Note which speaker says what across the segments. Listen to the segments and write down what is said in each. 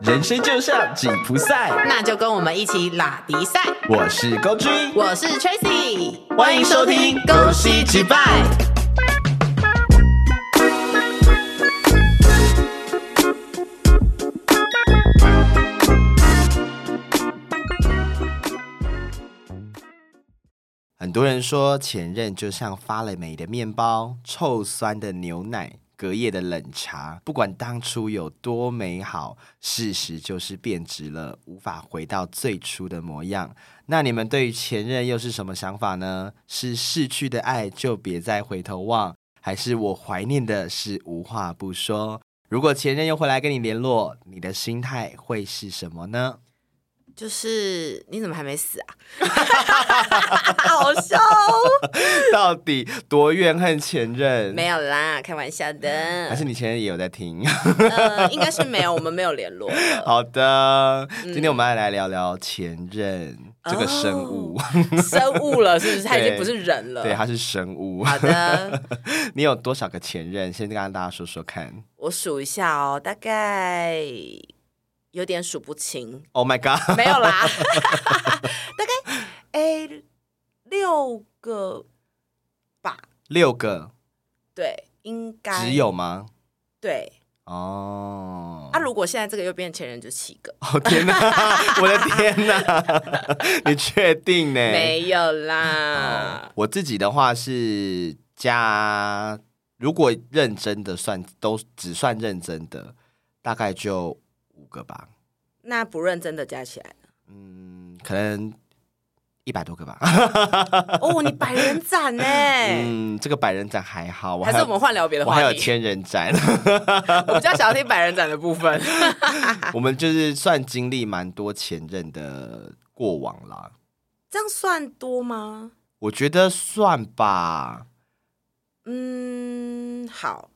Speaker 1: 人生就像紧箍赛。
Speaker 2: 那就跟我们一起拉迪赛。
Speaker 1: 我是高君，
Speaker 2: 我是 Tracy，
Speaker 1: 欢迎收听《
Speaker 2: 恭
Speaker 1: 恭
Speaker 2: 喜
Speaker 1: 喜击
Speaker 2: 击
Speaker 1: 败
Speaker 2: 败》。》。
Speaker 1: 很多人说，前任就像发了霉的面包、臭酸的牛奶、隔夜的冷茶，不管当初有多美好，事实就是变质了，无法回到最初的模样。那你们对于前任又是什么想法呢？是逝去的爱就别再回头望，还是我怀念的是无话不说？如果前任又回来跟你联络，你的心态会是什么呢？
Speaker 2: 就是你怎么还没死 啊？好笑哦，
Speaker 1: 到底多怨恨前任？
Speaker 2: 没有啦，开玩笑
Speaker 1: 还
Speaker 2: 的
Speaker 1: 是。你前任也有在听？
Speaker 2: 呃，应该是没有，我们没有联 络了。
Speaker 1: 好的，今天我们要来聊聊前任这个生物，
Speaker 2: 哦生物了，是不是？他已经
Speaker 1: 对
Speaker 2: 不是人了。 呃
Speaker 1: 对，它是生物。
Speaker 2: 好的，
Speaker 1: 你有多少个前任？先跟大家说说看。
Speaker 2: 我数一下哦，大概有点数不 清，
Speaker 1: Oh my god！
Speaker 2: 没有啦， 大概哎六个吧，
Speaker 1: 六个，
Speaker 2: 对，应该
Speaker 1: 只有吗？
Speaker 2: 对。
Speaker 1: 哦，
Speaker 2: 啊，如果现在这个又变前任，就七个，
Speaker 1: 哦天哪， 我的天哪， 你确定呢？
Speaker 2: 没有
Speaker 1: 哦
Speaker 2: 啦。
Speaker 1: 我自己的话是加，如果认真的算，都只算认真的，大概就五个吧。
Speaker 2: 那不认真的加起来，
Speaker 1: 嗯，可能一百多个吧。
Speaker 2: 哦，你百人斩 呢？
Speaker 1: 嗯，这个百人展还好，我
Speaker 2: 还
Speaker 1: 还
Speaker 2: 是
Speaker 1: 有
Speaker 2: 我们换聊别的
Speaker 1: 我还
Speaker 2: 话
Speaker 1: 有
Speaker 2: 题？
Speaker 1: 千人 展，
Speaker 2: 我比较想要听百人斩的 部分。
Speaker 1: 我们就是算经历蛮多前任的过往啦。
Speaker 2: 这样算多吗？
Speaker 1: 我觉得算吧，
Speaker 2: 嗯，好，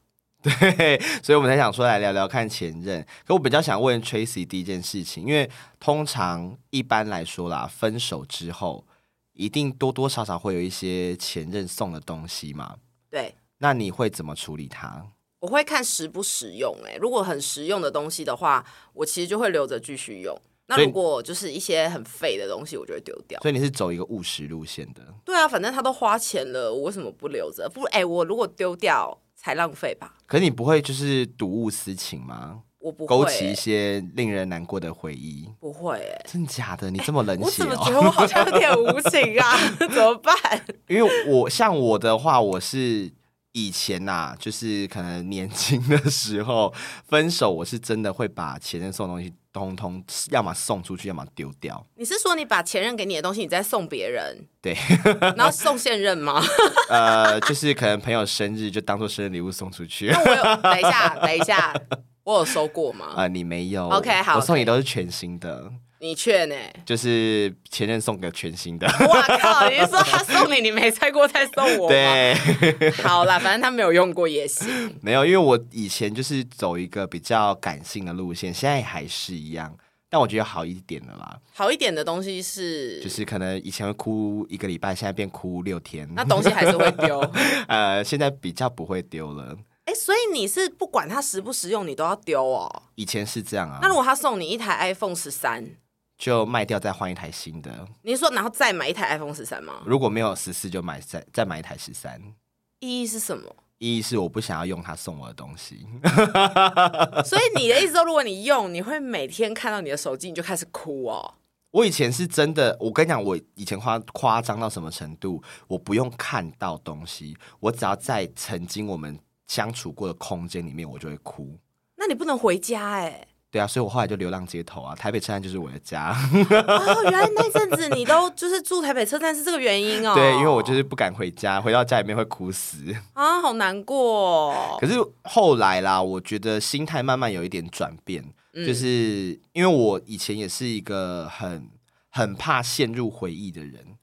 Speaker 1: 对， 所以我们才想说来聊聊看前任。可我比较想问 Tracy 第一件事情，因为通常一般来说啦，分手之后一定多多少少会有一些前任送的东西嘛，
Speaker 2: 对，
Speaker 1: 那你会怎么处理它？
Speaker 2: 我会看实不实用、欸。如果很实用的东西的话，我其实就会留着继续用。那
Speaker 1: 所以
Speaker 2: 如果就是一些很废的东西，我就会丢掉。
Speaker 1: 所以你是走一个务实路线的，
Speaker 2: 对啊，反正他都花钱了，我为什么不留着？不，哎、我如果丢掉才浪费吧。
Speaker 1: 可你不会就是睹物思情吗？
Speaker 2: 我不会、
Speaker 1: 勾起一
Speaker 2: 欸
Speaker 1: 些令人难过的回忆？
Speaker 2: 不会、欸。
Speaker 1: 真假的？你这么冷
Speaker 2: 我
Speaker 1: 血
Speaker 2: 怎么
Speaker 1: 哦
Speaker 2: 觉、得我好像有点无情 啊？怎么办？
Speaker 1: 因为我像我的话，我是以前呐、就是可能年轻的时候分手，我是真的会把前任送的东西通通，要么送出去，要么丢掉。
Speaker 2: 你是说你把前任给你的东西，你再送别人，
Speaker 1: 对，
Speaker 2: 然后送现任吗？
Speaker 1: 呃，就是可能朋友生日就当做生日礼物送出去
Speaker 2: 那。我有，等一下，等一下，我有收过吗？
Speaker 1: 呃，你没有
Speaker 2: OK，好
Speaker 1: 我送你都是全新的，
Speaker 2: 你劝呢、
Speaker 1: 就是前任送给全新的，
Speaker 2: 哇靠！你是说他送你，你没拆过再送 我吗？
Speaker 1: 对。
Speaker 2: 好啦，反正他没有用过也行。
Speaker 1: 没有，因为我以前就是走一个比较感性的路线，现在还是一样，但我觉得好一点了啦。
Speaker 2: 好一点的东西是，
Speaker 1: 就是可能以前会哭一个礼拜，现在变哭六天。
Speaker 2: 那东西还是会丢。
Speaker 1: 呃，现在比较不会丢了，
Speaker 2: 哎、所以你是不管它实不实用，你都要丢哦。
Speaker 1: 以前是这样啊
Speaker 2: 那，如果他送你一台 iPhone 十三，
Speaker 1: 就卖掉再换一台新的。
Speaker 2: 你是说然后再买一台 iPhone 十三吗？
Speaker 1: 如果没有十四，就买再再买一台十三。
Speaker 2: 意义是什么？
Speaker 1: 一是我不想要用他送我的东西，
Speaker 2: 所以你的意思说，如果你用，你会每天看到你的手机，你就开始哭哦。
Speaker 1: 我以前是真的，我跟你讲，我以前夸夸张到什么程度？我不用看到东西，我只要在曾经我们相处过的空间里面，我就会哭。
Speaker 2: 那你不能回家 哎、
Speaker 1: 对啊，所以我后来就流浪街头啊，台北车站就是我的家。
Speaker 2: 哦，原来那阵子你都就是住台北车站是这个原因哦。
Speaker 1: 对，因为我就是不敢回家，回到家里面会哭死。
Speaker 2: 啊，好难过、哦。
Speaker 1: 可是后来啦，我觉得心态慢慢有一点转变，就是因为我以前也是一个很很怕陷入回忆的人。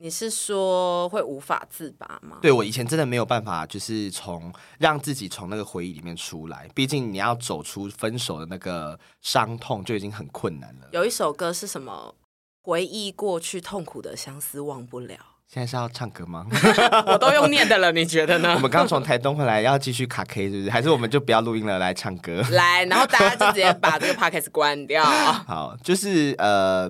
Speaker 2: 你是说会无法自拔吗？
Speaker 1: 对我以前真的没有办法，就是从让自己从那个回忆里面出来。毕竟你要走出分手的那个伤痛，就已经很困难了。
Speaker 2: 有一首歌是什么？回忆过去痛苦的相思忘不了。
Speaker 1: 现在是要唱歌吗？
Speaker 2: 我都用念的了，你觉得
Speaker 1: 我
Speaker 2: 呢？
Speaker 1: 们刚从台东回来，要继续卡 K 是不是？还是我们就不要录音了，来唱歌？
Speaker 2: 来，然后大家就直接把这个 podcast 关掉。
Speaker 1: 好，就是呃，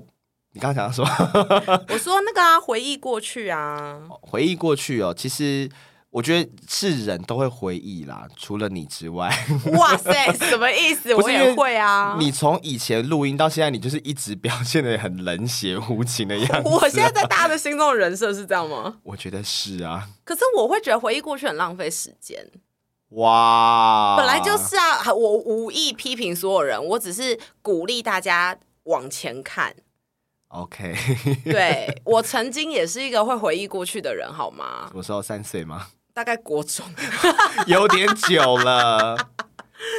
Speaker 1: 你刚刚讲到什么？
Speaker 2: 我说那个啊，回忆过去啊，
Speaker 1: 回忆过去哦，其实我觉得是人都会回忆啦，除了你之外，
Speaker 2: 哇塞，什么意 思？
Speaker 1: 不是
Speaker 2: 我
Speaker 1: 因为
Speaker 2: 也会啊。
Speaker 1: 你从以前录音到现在，你就是一直表现的很冷血无情的样 子。
Speaker 2: 我现在在大家的心中的人设是这样吗？
Speaker 1: 我觉得是啊，
Speaker 2: 可是我会觉得回忆过去很浪费时间，
Speaker 1: 哇，
Speaker 2: 本来就是啊，我无意批评所有人，我只是鼓励大家往前 看。
Speaker 1: OK。
Speaker 2: 对我曾经也是一个会回忆过去的人，好吗？
Speaker 1: 我时候三岁吗？
Speaker 2: 大概国中，
Speaker 1: 有点久 了。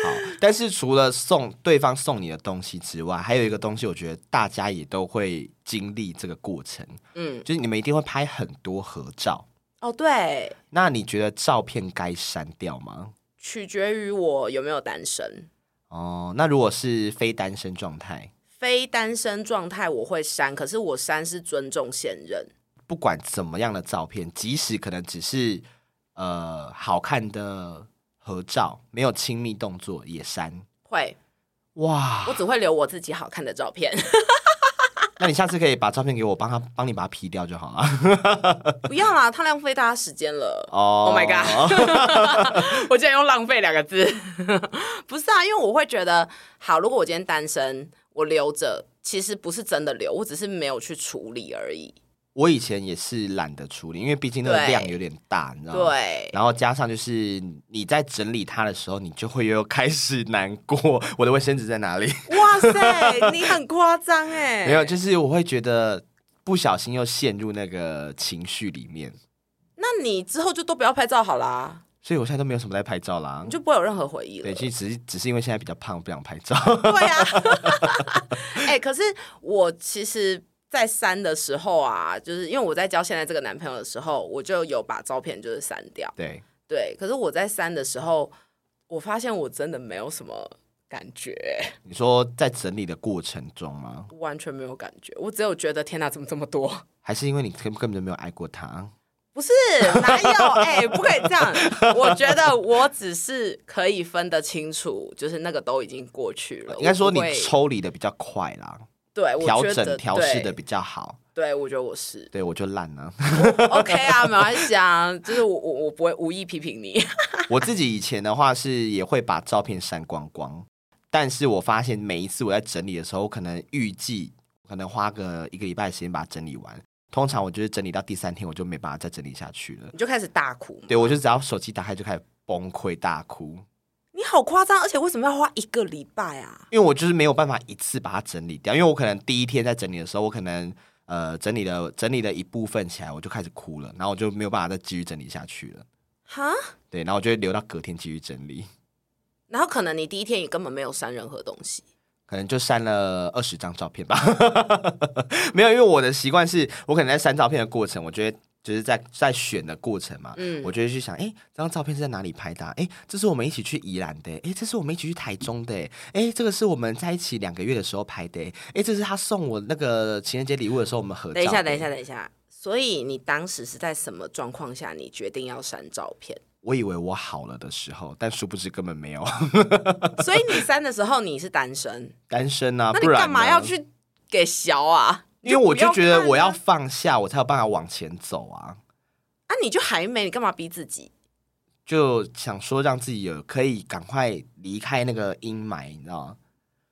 Speaker 1: 好，但是除了送对方送你的东西之外，还有一个东西，我觉得大家也都会经历这个过程，
Speaker 2: 嗯，
Speaker 1: 就是你们一定会拍很多合照。
Speaker 2: 哦，对，
Speaker 1: 那你觉得照片该删掉吗？
Speaker 2: 取决于我有没有单身。
Speaker 1: 哦，那如果是非单身状态，
Speaker 2: 非单身状态我会删，可是我删是尊重现任。
Speaker 1: 不管怎么样的照片，即使可能只是呃好看的合照，没有亲密动作也删。
Speaker 2: 会，
Speaker 1: 哇
Speaker 2: 我，只会留我自己好看的照片，
Speaker 1: 那你下次可以把照片给我，帮他帮你把它 P 掉就好啊了。
Speaker 2: 不要啦，太浪费大家时间了。
Speaker 1: 哦
Speaker 2: Oh my god！我
Speaker 1: Oh
Speaker 2: 竟然用“浪费”两个字， 不是啊，因为我会觉得，好，如果我今天单身，我留着，其实不是真的留，我只是没有去处理而已。
Speaker 1: 我以前也是懒得处理，因为毕竟那个
Speaker 2: 对
Speaker 1: 量有点大，你知道吗？。
Speaker 2: 对，
Speaker 1: 然后加上就是你在整理它的时候，你就会又开始难过。我的卫生纸在哪里？
Speaker 2: 哇塞，你很夸张哎，
Speaker 1: 没有，就是我会觉得不小心又陷入那个情绪里面，
Speaker 2: 那你之后就都不要拍照好啦，
Speaker 1: 所以我现在都没有什么在拍照啦
Speaker 2: 你。就不会有任何回忆了
Speaker 1: 对，。其实只是只是因为现在比较胖，不想拍照。
Speaker 2: 对啊， 哎、可是我其实，在删的时候啊，就是因为我在交现在这个男朋友的时候，我就有把照片就是删掉。
Speaker 1: 对，
Speaker 2: 对，可是我在删的时候，我发现我真的没有什么感觉、
Speaker 1: 你说在整理的过程中吗？
Speaker 2: 完全没有感觉。我只有觉得天哪，怎么这么多？
Speaker 1: 还是因为你根根本就没有爱过他？
Speaker 2: 不是，哪有？哎、不可以这样。我觉得我只是可以分得清楚，就是那个都已经过去了。
Speaker 1: 应该说
Speaker 2: 我
Speaker 1: 你
Speaker 2: 不会
Speaker 1: 抽离的比较快啦，
Speaker 2: 对我
Speaker 1: 调
Speaker 2: 觉得
Speaker 1: 整调试的
Speaker 2: 对
Speaker 1: 比较好。
Speaker 2: 对我觉得我是
Speaker 1: 对，我就烂了。
Speaker 2: OK 啊，没关系啊，就是我我我不会无意批评你。
Speaker 1: 我自己以前的话是也会把照片删光光，但是我发现每一次我在整理的时候，我可能预计可能花个一个礼拜的时间把它整理完。通常我就是整理到第三天，我就没办法再整理下去了。
Speaker 2: 你就开始大哭，
Speaker 1: 对，我就只要手机打开就开始崩溃大哭，
Speaker 2: 你好夸张，而且为什么要花一个礼拜啊？
Speaker 1: 因为我就是没有办法一次把它整理掉。因为我可能第一天在整理的时候，我可能呃整理了整理了一部分起来，我就开始哭了，然后我就没有办法再继续整理下去了。
Speaker 2: 哈？
Speaker 1: 对，然后我就会留到隔天继续整理，
Speaker 2: 然后可能你第一天也根本没有删任何东西，
Speaker 1: 可能就删了二十张照片吧。 没有，因为我的习惯是我可能在删照片的过程，我觉得就是在在选的过程嘛，
Speaker 2: 嗯
Speaker 1: 我就会去想，哎、这张照片是在哪里拍的、啊？哎、这是我们一起去宜兰的、哎、这是我们一起去台中的、哎、这个是我们在一起两个月的时候拍的、哎、这是他送我那个情人节礼物的时候我们合照。
Speaker 2: 等一下，等一，下，等一下。所以你当时是在什么状况下你决定要删照片？
Speaker 1: 我以为我好了的时候，但殊不知根本没有
Speaker 2: 所以你删的时候你是单身，
Speaker 1: 单身啊，
Speaker 2: 那你
Speaker 1: 不然
Speaker 2: 干嘛
Speaker 1: 呢
Speaker 2: 要？去给小啊？
Speaker 1: 因为我就觉得我要
Speaker 2: 你就不看啊
Speaker 1: 放下，我才有办法往前走啊。
Speaker 2: 啊，啊你就还没，你干嘛逼自己？
Speaker 1: 就想说让自己有可以赶快离开那个阴霾，你知道吗？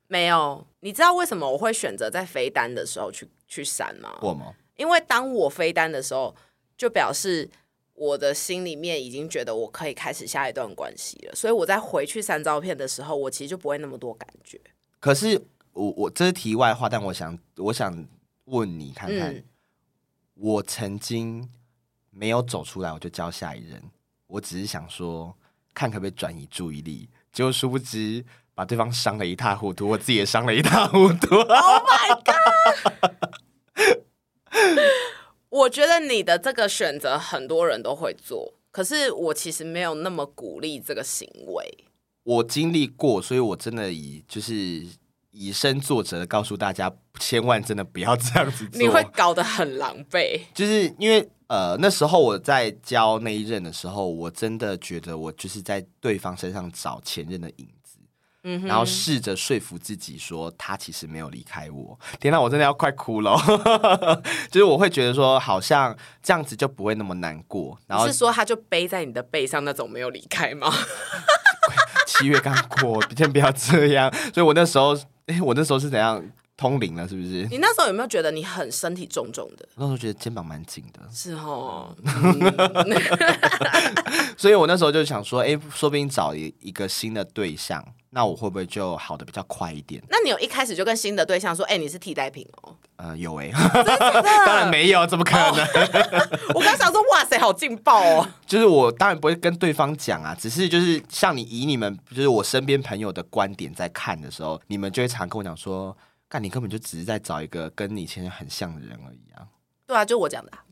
Speaker 2: 没有，你知道为什么我会选择在飞单的时候去去删吗？
Speaker 1: 我吗？
Speaker 2: 因为当我飞单的时候，就表示我的心里面已经觉得我可以开始下一段关系了，所以我在回去删照片的时候，我其实就不会那么多感觉。
Speaker 1: 可是我我这是题外话，但我想我想问你看看，
Speaker 2: 嗯，
Speaker 1: 我曾经没有走出来，我就教下一任，我只是想说看可不可以转移注意力，结果殊不知把对方伤了一塌糊涂，我自己也伤了一塌糊涂。
Speaker 2: 我觉得你的这个选择很多人都会做，可是我其实没有那么鼓励这个行为。
Speaker 1: 我经历过，所以我真的以就是以身作则的告诉大家，千万真的不要这样子做，
Speaker 2: 你会搞得很狼狈。
Speaker 1: 就是因为呃那时候我在教那一任的时候，我真的觉得我就是在对方身上找前任的影子，
Speaker 2: 嗯哼，
Speaker 1: 然后试着说服自己说他其实没有离开我。天哪，我真的要快哭了， 就是我会觉得说好像这样子就不会那么难过。 然后
Speaker 2: 你是说他就背在你的背上那种没有离开吗？
Speaker 1: 七月刚过， 先不要这样。所以我那时候，诶我那时候是怎样通灵了，是不 是？
Speaker 2: 你那时候有没有觉得你很身体重重的？
Speaker 1: 我那时候觉得肩膀蛮紧的，
Speaker 2: 是哦，
Speaker 1: 所以我那时候就想说，哎、说不定找一一个新的对象，那我会不会就好的比较快一点？
Speaker 2: 那你有一开始就跟新的对象说，哎、你是替代品哦？
Speaker 1: 呃，有哎、 当然没有，怎么可能？
Speaker 2: 我刚想说，哇塞，好劲爆哦！
Speaker 1: 就是我当然不会跟对方讲啊，只是就是像你以你们就是我身边朋友的观点在看的时候，你们就会常跟我讲说，干你根本就只是在找一个跟你现在很像的人而已啊，
Speaker 2: 对啊，就我讲的啊、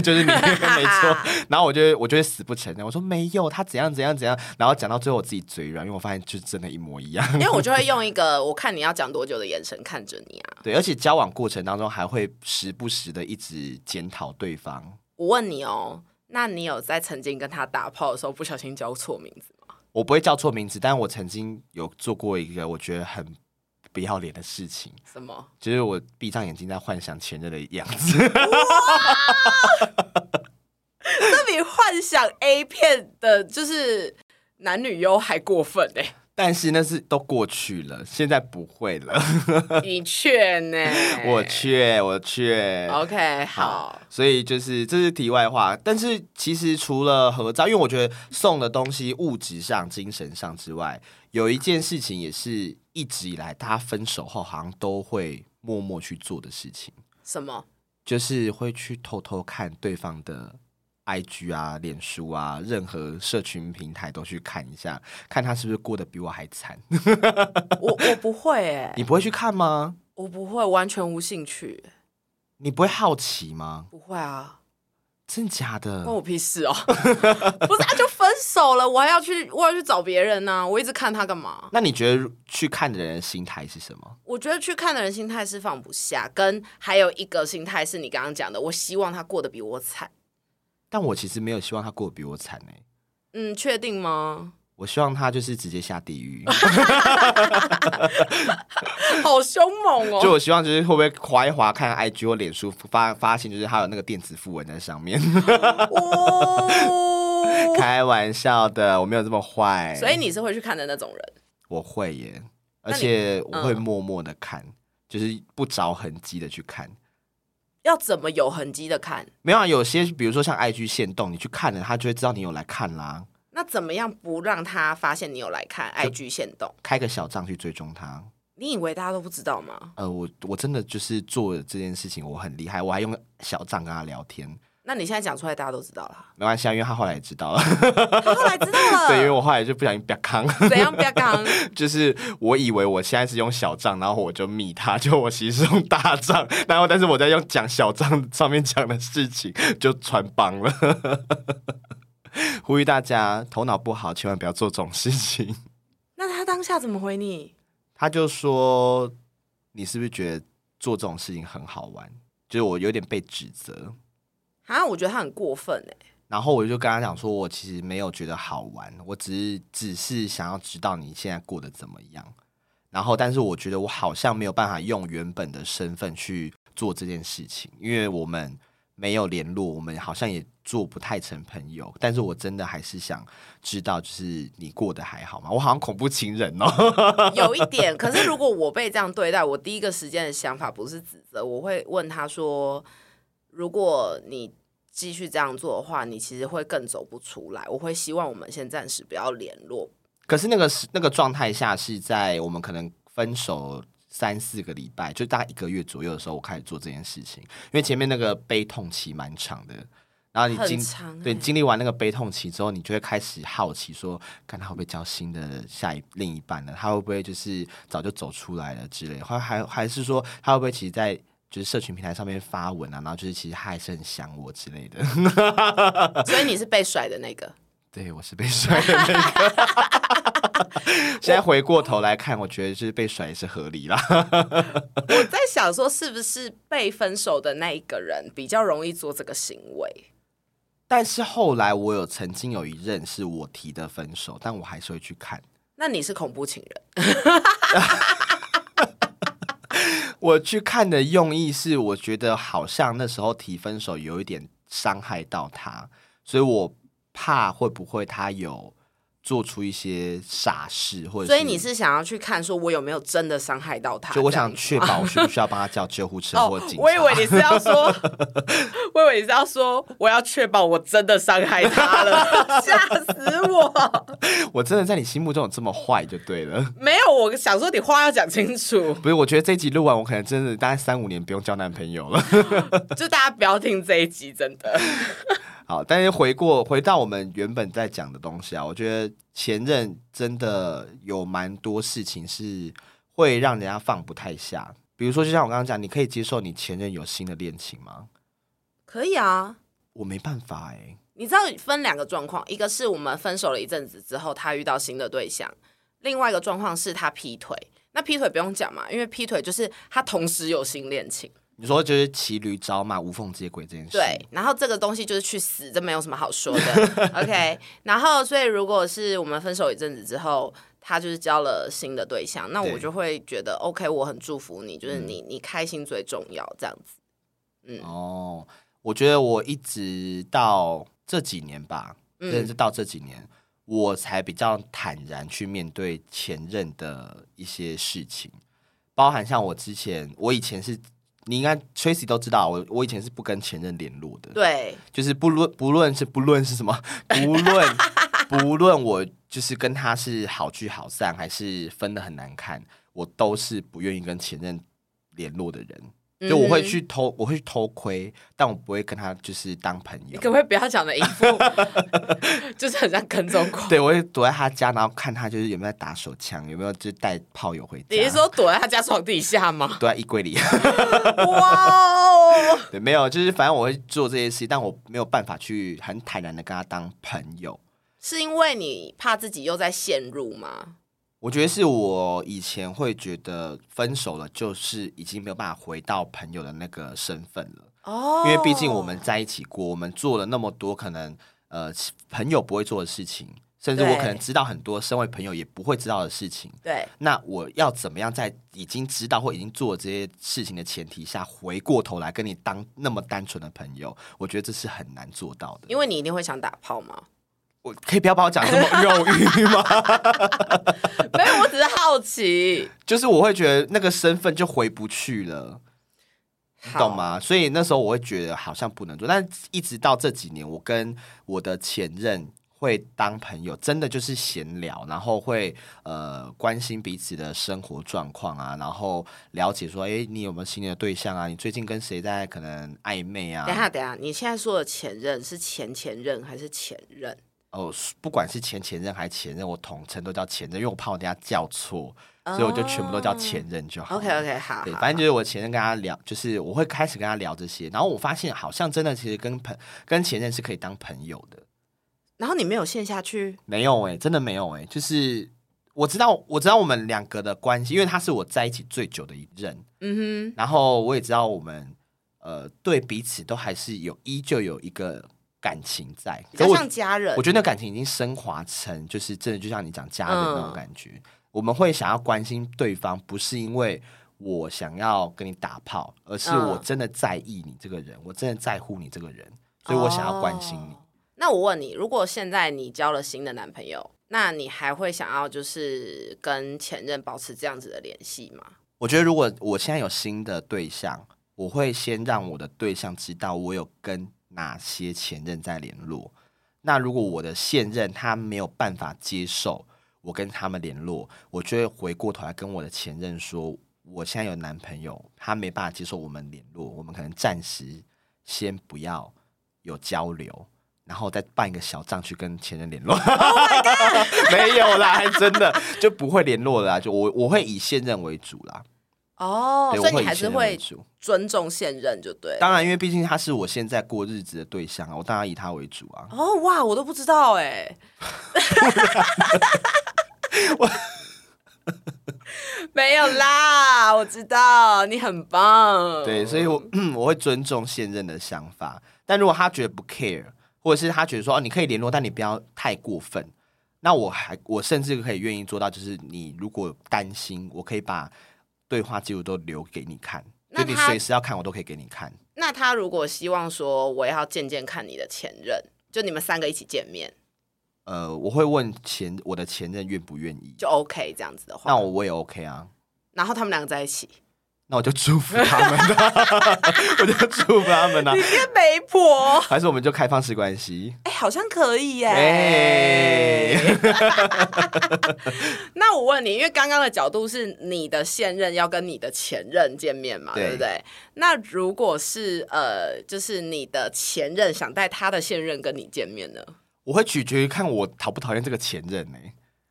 Speaker 1: 就是你没错。然后我就会我就会死不承认，我说没有，他怎样怎样怎样，然后讲到最后我自己嘴软，因为我发现就是真的一模一样。
Speaker 2: 因为我就会用一个我看你要讲多久的眼神看着你啊。
Speaker 1: 对，而且交往过程当中还会时不时的一直检讨对方。
Speaker 2: 我问你哦，那你有在曾经跟他打炮的时候不小心叫错名字吗？
Speaker 1: 我不会叫错名字，但我曾经有做过一个我觉得很不要脸的事情，
Speaker 2: 什么？
Speaker 1: 就是我闭上眼睛在幻想前任的样子。
Speaker 2: 这比幻想 A 片的，就是男女优还过分哎、
Speaker 1: 但是那是都过去了，现在不会了。
Speaker 2: 你劝呢、欸
Speaker 1: 我去，我去。
Speaker 2: OK，好，
Speaker 1: 所以就是这是题外话，但是其实除了合照，因为我觉得送的东西物质上、精神上之外，有一件事情也是一直以来大家分手后好像都会默默去做的事情，
Speaker 2: 什么？
Speaker 1: 就是会去偷偷看对方的 IG 啊、脸书啊，任何社群平台都去看一下，看他是不是过得比我还惨。
Speaker 2: 我我不会哎、
Speaker 1: 你不会去看吗？
Speaker 2: 我不会，完全无兴趣，
Speaker 1: 你不会好奇吗？
Speaker 2: 不会啊，
Speaker 1: 真假的？
Speaker 2: 关我屁事哦！ 不是、啊，就分手了，我还要去，我要去找别人呢、啊我一直看他干嘛？
Speaker 1: 那你觉得去看的人的心态是什么？
Speaker 2: 我觉得去看的人心态是放不下，跟还有一个心态是你刚刚讲的，我希望他过得比我惨。
Speaker 1: 但我其实没有希望他过得比我惨哎、
Speaker 2: 嗯，确定吗？
Speaker 1: 我希望他就是直接下地狱，
Speaker 2: 哦好凶猛
Speaker 1: 就
Speaker 2: 哦！
Speaker 1: 我希望就是会不会划一划看 IG 或脸书发发现就是他有那个电子符文在上面，
Speaker 2: 哦，
Speaker 1: 开玩笑的，我没有这么坏，
Speaker 2: 所以你是会去看的那种人。
Speaker 1: 我会耶，而
Speaker 2: 那你嗯
Speaker 1: 且我会默默的看，就是不着痕迹的去看。
Speaker 2: 要怎么有痕迹的看？
Speaker 1: 没有啊，有些比如说像 IG 限动，你去看了，他就会知道你有来看啦，
Speaker 2: 那怎么样不让他发现你有来看 IG 限动？
Speaker 1: 开个小账去追踪他。
Speaker 2: 你以为大家都不知道吗？
Speaker 1: 呃，我我真的就是做了这件事情，我很厉害，我还用小账跟他聊天，
Speaker 2: 那你现在讲出来，大家都知道 了。
Speaker 1: 没关系啊，因为他后来也知道了。
Speaker 2: 他后来知道 了，
Speaker 1: 对，因为我后来就不小心被坑，
Speaker 2: 怎样不要刚？
Speaker 1: 就是我以为我现在是用小账，然后我就密他，就我其实是用大账， 然后但是我在用讲小账上面讲的事情就穿帮了。 呼吁大家头脑不好，千万不要做这种事情。
Speaker 2: 那他当下怎么回你？
Speaker 1: 他就说：“你是不是觉得做这种事情很好玩？”就是我有点被指责，
Speaker 2: 啊，我觉得他很过分哎、
Speaker 1: 然后我就跟他讲说：“我其实没有觉得好玩，我只是只是想要知道你现在过得怎么样。”然后，但是我觉得我好像没有办法用原本的身份去做这件事情，因为我们没有联络，我们好像也做不太成朋友。但是我真的还是想知道，就是你过得还好吗？我好像恐怖情人哦。
Speaker 2: 有一 点。可是如果我被这样对待，我第一个时间的想法不是指责，我会问他说：如果你继续这样做的话，你其实会更走不出来。我会希望我们先暂时不要联络。
Speaker 1: 可是那个是那个状态下是在我们可能分手三四个礼拜，就大概一个月左右的时候，我开始做这件事情，因为前面那个悲痛期蛮长的。然后你
Speaker 2: 很
Speaker 1: 经
Speaker 2: 长欸
Speaker 1: 对经历完那个悲痛期之后，你就会开始好奇说，看他会不会交新的下一另一半了？他会不会就是早就走出来了之类的？还还还是说他会不会其实在就是社群平台上面发文啊，然后就是其实他还是很想我之类的？
Speaker 2: 所以你是被甩的那个，
Speaker 1: 对我是被甩的那个。 现在回过头来看，我觉得是被甩也是合理啦。
Speaker 2: 我在想说，是不是被分手的那一个人比较容易做这个行为？
Speaker 1: 但是后来我有曾经有一任是我提的分手，但我还是会去看。
Speaker 2: 那你是恐怖情人，
Speaker 1: 我去看的用意是，我觉得好像那时候提分手有一点伤害到他，所以我怕会不会他有做出一些傻事，或者
Speaker 2: 所以你是想要去看，说我有没有真的伤害到他？
Speaker 1: 就我
Speaker 2: 这样
Speaker 1: 想确保我需不需要帮他叫救护车或警察？
Speaker 2: 哦我以为你是要 说，我以为你是要说，我要确保我真的伤害他 了，吓死我！
Speaker 1: 我真的在你心目中有这么坏就对了。
Speaker 2: 没有，我想说你话要讲清 楚，
Speaker 1: 不是，我觉得这一集录完，我可能真的大概三五年不用交男朋友了。
Speaker 2: 就大家不要听这一集，真的。
Speaker 1: 好，但是回过回到我们原本在讲的东西啊，我觉得前任真的有蛮多事情是会让人家放不太下。比如说，就像我刚刚讲，你可以接受你前任有新的恋情吗？
Speaker 2: 可以啊，
Speaker 1: 我没办法哎、
Speaker 2: 你知道分两个状况，一个是我们分手了一阵子之后，他遇到新的对象；另外一个状况是他劈腿。那劈腿不用讲嘛，因为劈腿就是他同时有新恋情。
Speaker 1: 你说就是骑驴找马，无缝接轨这件事。
Speaker 2: 对，，然后这个东西就是去死，这没有什么好 说的。OK，然后所以如果是我们分手一阵子之后，他就是交了新的对象，那
Speaker 1: 对嗯
Speaker 2: 我就会觉得 OK，我很祝福你，就是你、你开心最重要这样子。
Speaker 1: 哦，我觉得我一直到这几年吧，
Speaker 2: 嗯
Speaker 1: 真的是到这几年，我才比较坦然去面对前任的一些事情，包含像我之前，我以前是。你应该 Tracy 都知道，我我以前是不跟前任联络的，
Speaker 2: 对，
Speaker 1: 就是不论不论是不论是什么，不 论不论我就是跟他是好聚好散，还是分的很难看，我都是不愿意跟前任联络的人。就我会
Speaker 2: 嗯哼。
Speaker 1: 去偷，我会去偷窥，但我不会跟他就是当朋
Speaker 2: 你
Speaker 1: 友。
Speaker 2: 可不可以不要讲的一 副，就是很像跟踪狂？
Speaker 1: 对，我会躲在他家，然后看他就是有没有在打手枪，有没有就是带炮友回家。
Speaker 2: 你是说躲在他家床底下吗？
Speaker 1: 躲在衣柜里？
Speaker 2: 哇哦！
Speaker 1: 对，没有，就是反正我会做这些事，但我没有办法去很坦然的跟他当朋友。
Speaker 2: 是因为你怕自己又在陷入吗？
Speaker 1: 我觉得是我以前会觉得分手了，就是已经没有办法回到朋友的那个身份了。
Speaker 2: 哦，
Speaker 1: 因为毕竟我们在一起过，我们做了那么多可能呃朋友不会做的事情，甚至我
Speaker 2: 对
Speaker 1: 可能知道很多身为朋友也不会知道的事情。
Speaker 2: 对
Speaker 1: 那我要怎么样在已经知道或已经做了这些事情的前提下，回过头来跟你当那么单纯的朋友？我觉得这是很难做到的。
Speaker 2: 因为你一定会想打炮嘛。
Speaker 1: 我可以不要把我讲这么肉欲吗？
Speaker 2: 没有，我只是好奇。
Speaker 1: 就是我会觉得那个身份就回不去了。你 懂吗？所以那时候我会觉得好像不能做，但一直到这几年，我跟我的前任会当朋友，真的就是闲聊，然后会呃关心彼此的生活状况啊，然后了解说，诶，你有没有新的对象啊？你最近跟谁在可能暧昧
Speaker 2: 好？等一
Speaker 1: 啊？
Speaker 2: 下，等一下，你现在说的前任是前前任还是前任？
Speaker 1: 哦，不管是前前任还是前任，我统称都叫前任，因为我怕我等下叫错，
Speaker 2: 哦
Speaker 1: 所以我就全部都叫前任就好了。
Speaker 2: OK OK，好，哦
Speaker 1: 对，
Speaker 2: 好
Speaker 1: 反正就是我前任跟他聊，就是我会开始跟他聊这些，然后我发现好像真的其实跟朋跟前任是可以当朋友的，
Speaker 2: 然后你没有陷下去，
Speaker 1: 没有哎、真的没有哎、就是我知道我知道我们两个的关系，因为他是我在一起最久的一任，
Speaker 2: 嗯
Speaker 1: 然后我也知道我们呃对彼此都还是有依旧有一个感情在，
Speaker 2: 哼，比
Speaker 1: 可
Speaker 2: 较
Speaker 1: 我
Speaker 2: 像家人
Speaker 1: 我。觉得那感情已经升华成，就是真的就像你讲家人那种
Speaker 2: 嗯
Speaker 1: 感觉。我们会想要关心对方，不是因为我想要跟你打炮，而是
Speaker 2: 嗯
Speaker 1: 我真的在意你这个人，我真的在乎你这个人，所以我想要关心你。
Speaker 2: 哦那我问你，如果现在你交了新的男朋友，那你还会想要就是跟前任保持这样子的联系吗？
Speaker 1: 我觉得如果我现在有新的对象，我会先让我的对象知道我有跟哪些前任在联络。那如果我的现任他没有办法接受我跟他们联络，我就会回过头来跟我的前任说，我现在有男朋友，他没办法接受我们联络，我们可能暂时先不要有交流。然后再办一个小账去跟前任联络 没有啦，还真的就不会联络啦。就我我会以现任为主啦。
Speaker 2: 哦，
Speaker 1: 对，
Speaker 2: 所
Speaker 1: 我
Speaker 2: 以你
Speaker 1: 会
Speaker 2: 还
Speaker 1: 以
Speaker 2: 是
Speaker 1: 前任为
Speaker 2: 会
Speaker 1: 主。
Speaker 2: 尊重现任就对。
Speaker 1: 当然，因为毕竟他是我现在过日子的对象啊，我当然以他为主啊。
Speaker 2: 哦哇，我都不知道哎、 没有啦，我知道你很棒。
Speaker 1: 对，所以我
Speaker 2: 嗯
Speaker 1: 我会尊重现任的想法，但如果他觉得不 care，或者是他觉得说哦你可以联络，但你不要太过分，那我还我甚至可以愿意做到，就是你如果担心，我可以把对话记录都留给你看，
Speaker 2: 那
Speaker 1: 就你
Speaker 2: 他
Speaker 1: 随时要看我都可以给你看。
Speaker 2: 那他如果希望说我要见见看你的前任，就你们三个一起见面，
Speaker 1: 呃，我会问前我的前任愿不愿意，
Speaker 2: 就 OK 这样子的话，
Speaker 1: 那我我也 OK 啊，
Speaker 2: 然后他们两个在一起，
Speaker 1: 那我就祝福他们、啊， 我就祝福他们啊，
Speaker 2: 变媒婆，
Speaker 1: 还是我们就开放式关系？
Speaker 2: 哎、好像可以耶、
Speaker 1: 哎、
Speaker 2: 那我问你，因为刚刚的角度是你的现任要跟你的前任见面嘛，
Speaker 1: 对
Speaker 2: 对不对？那如果是呃，就是你的前任想带他的现任跟你见面呢？
Speaker 1: 我会取决于看我讨不讨厌这个前任呢、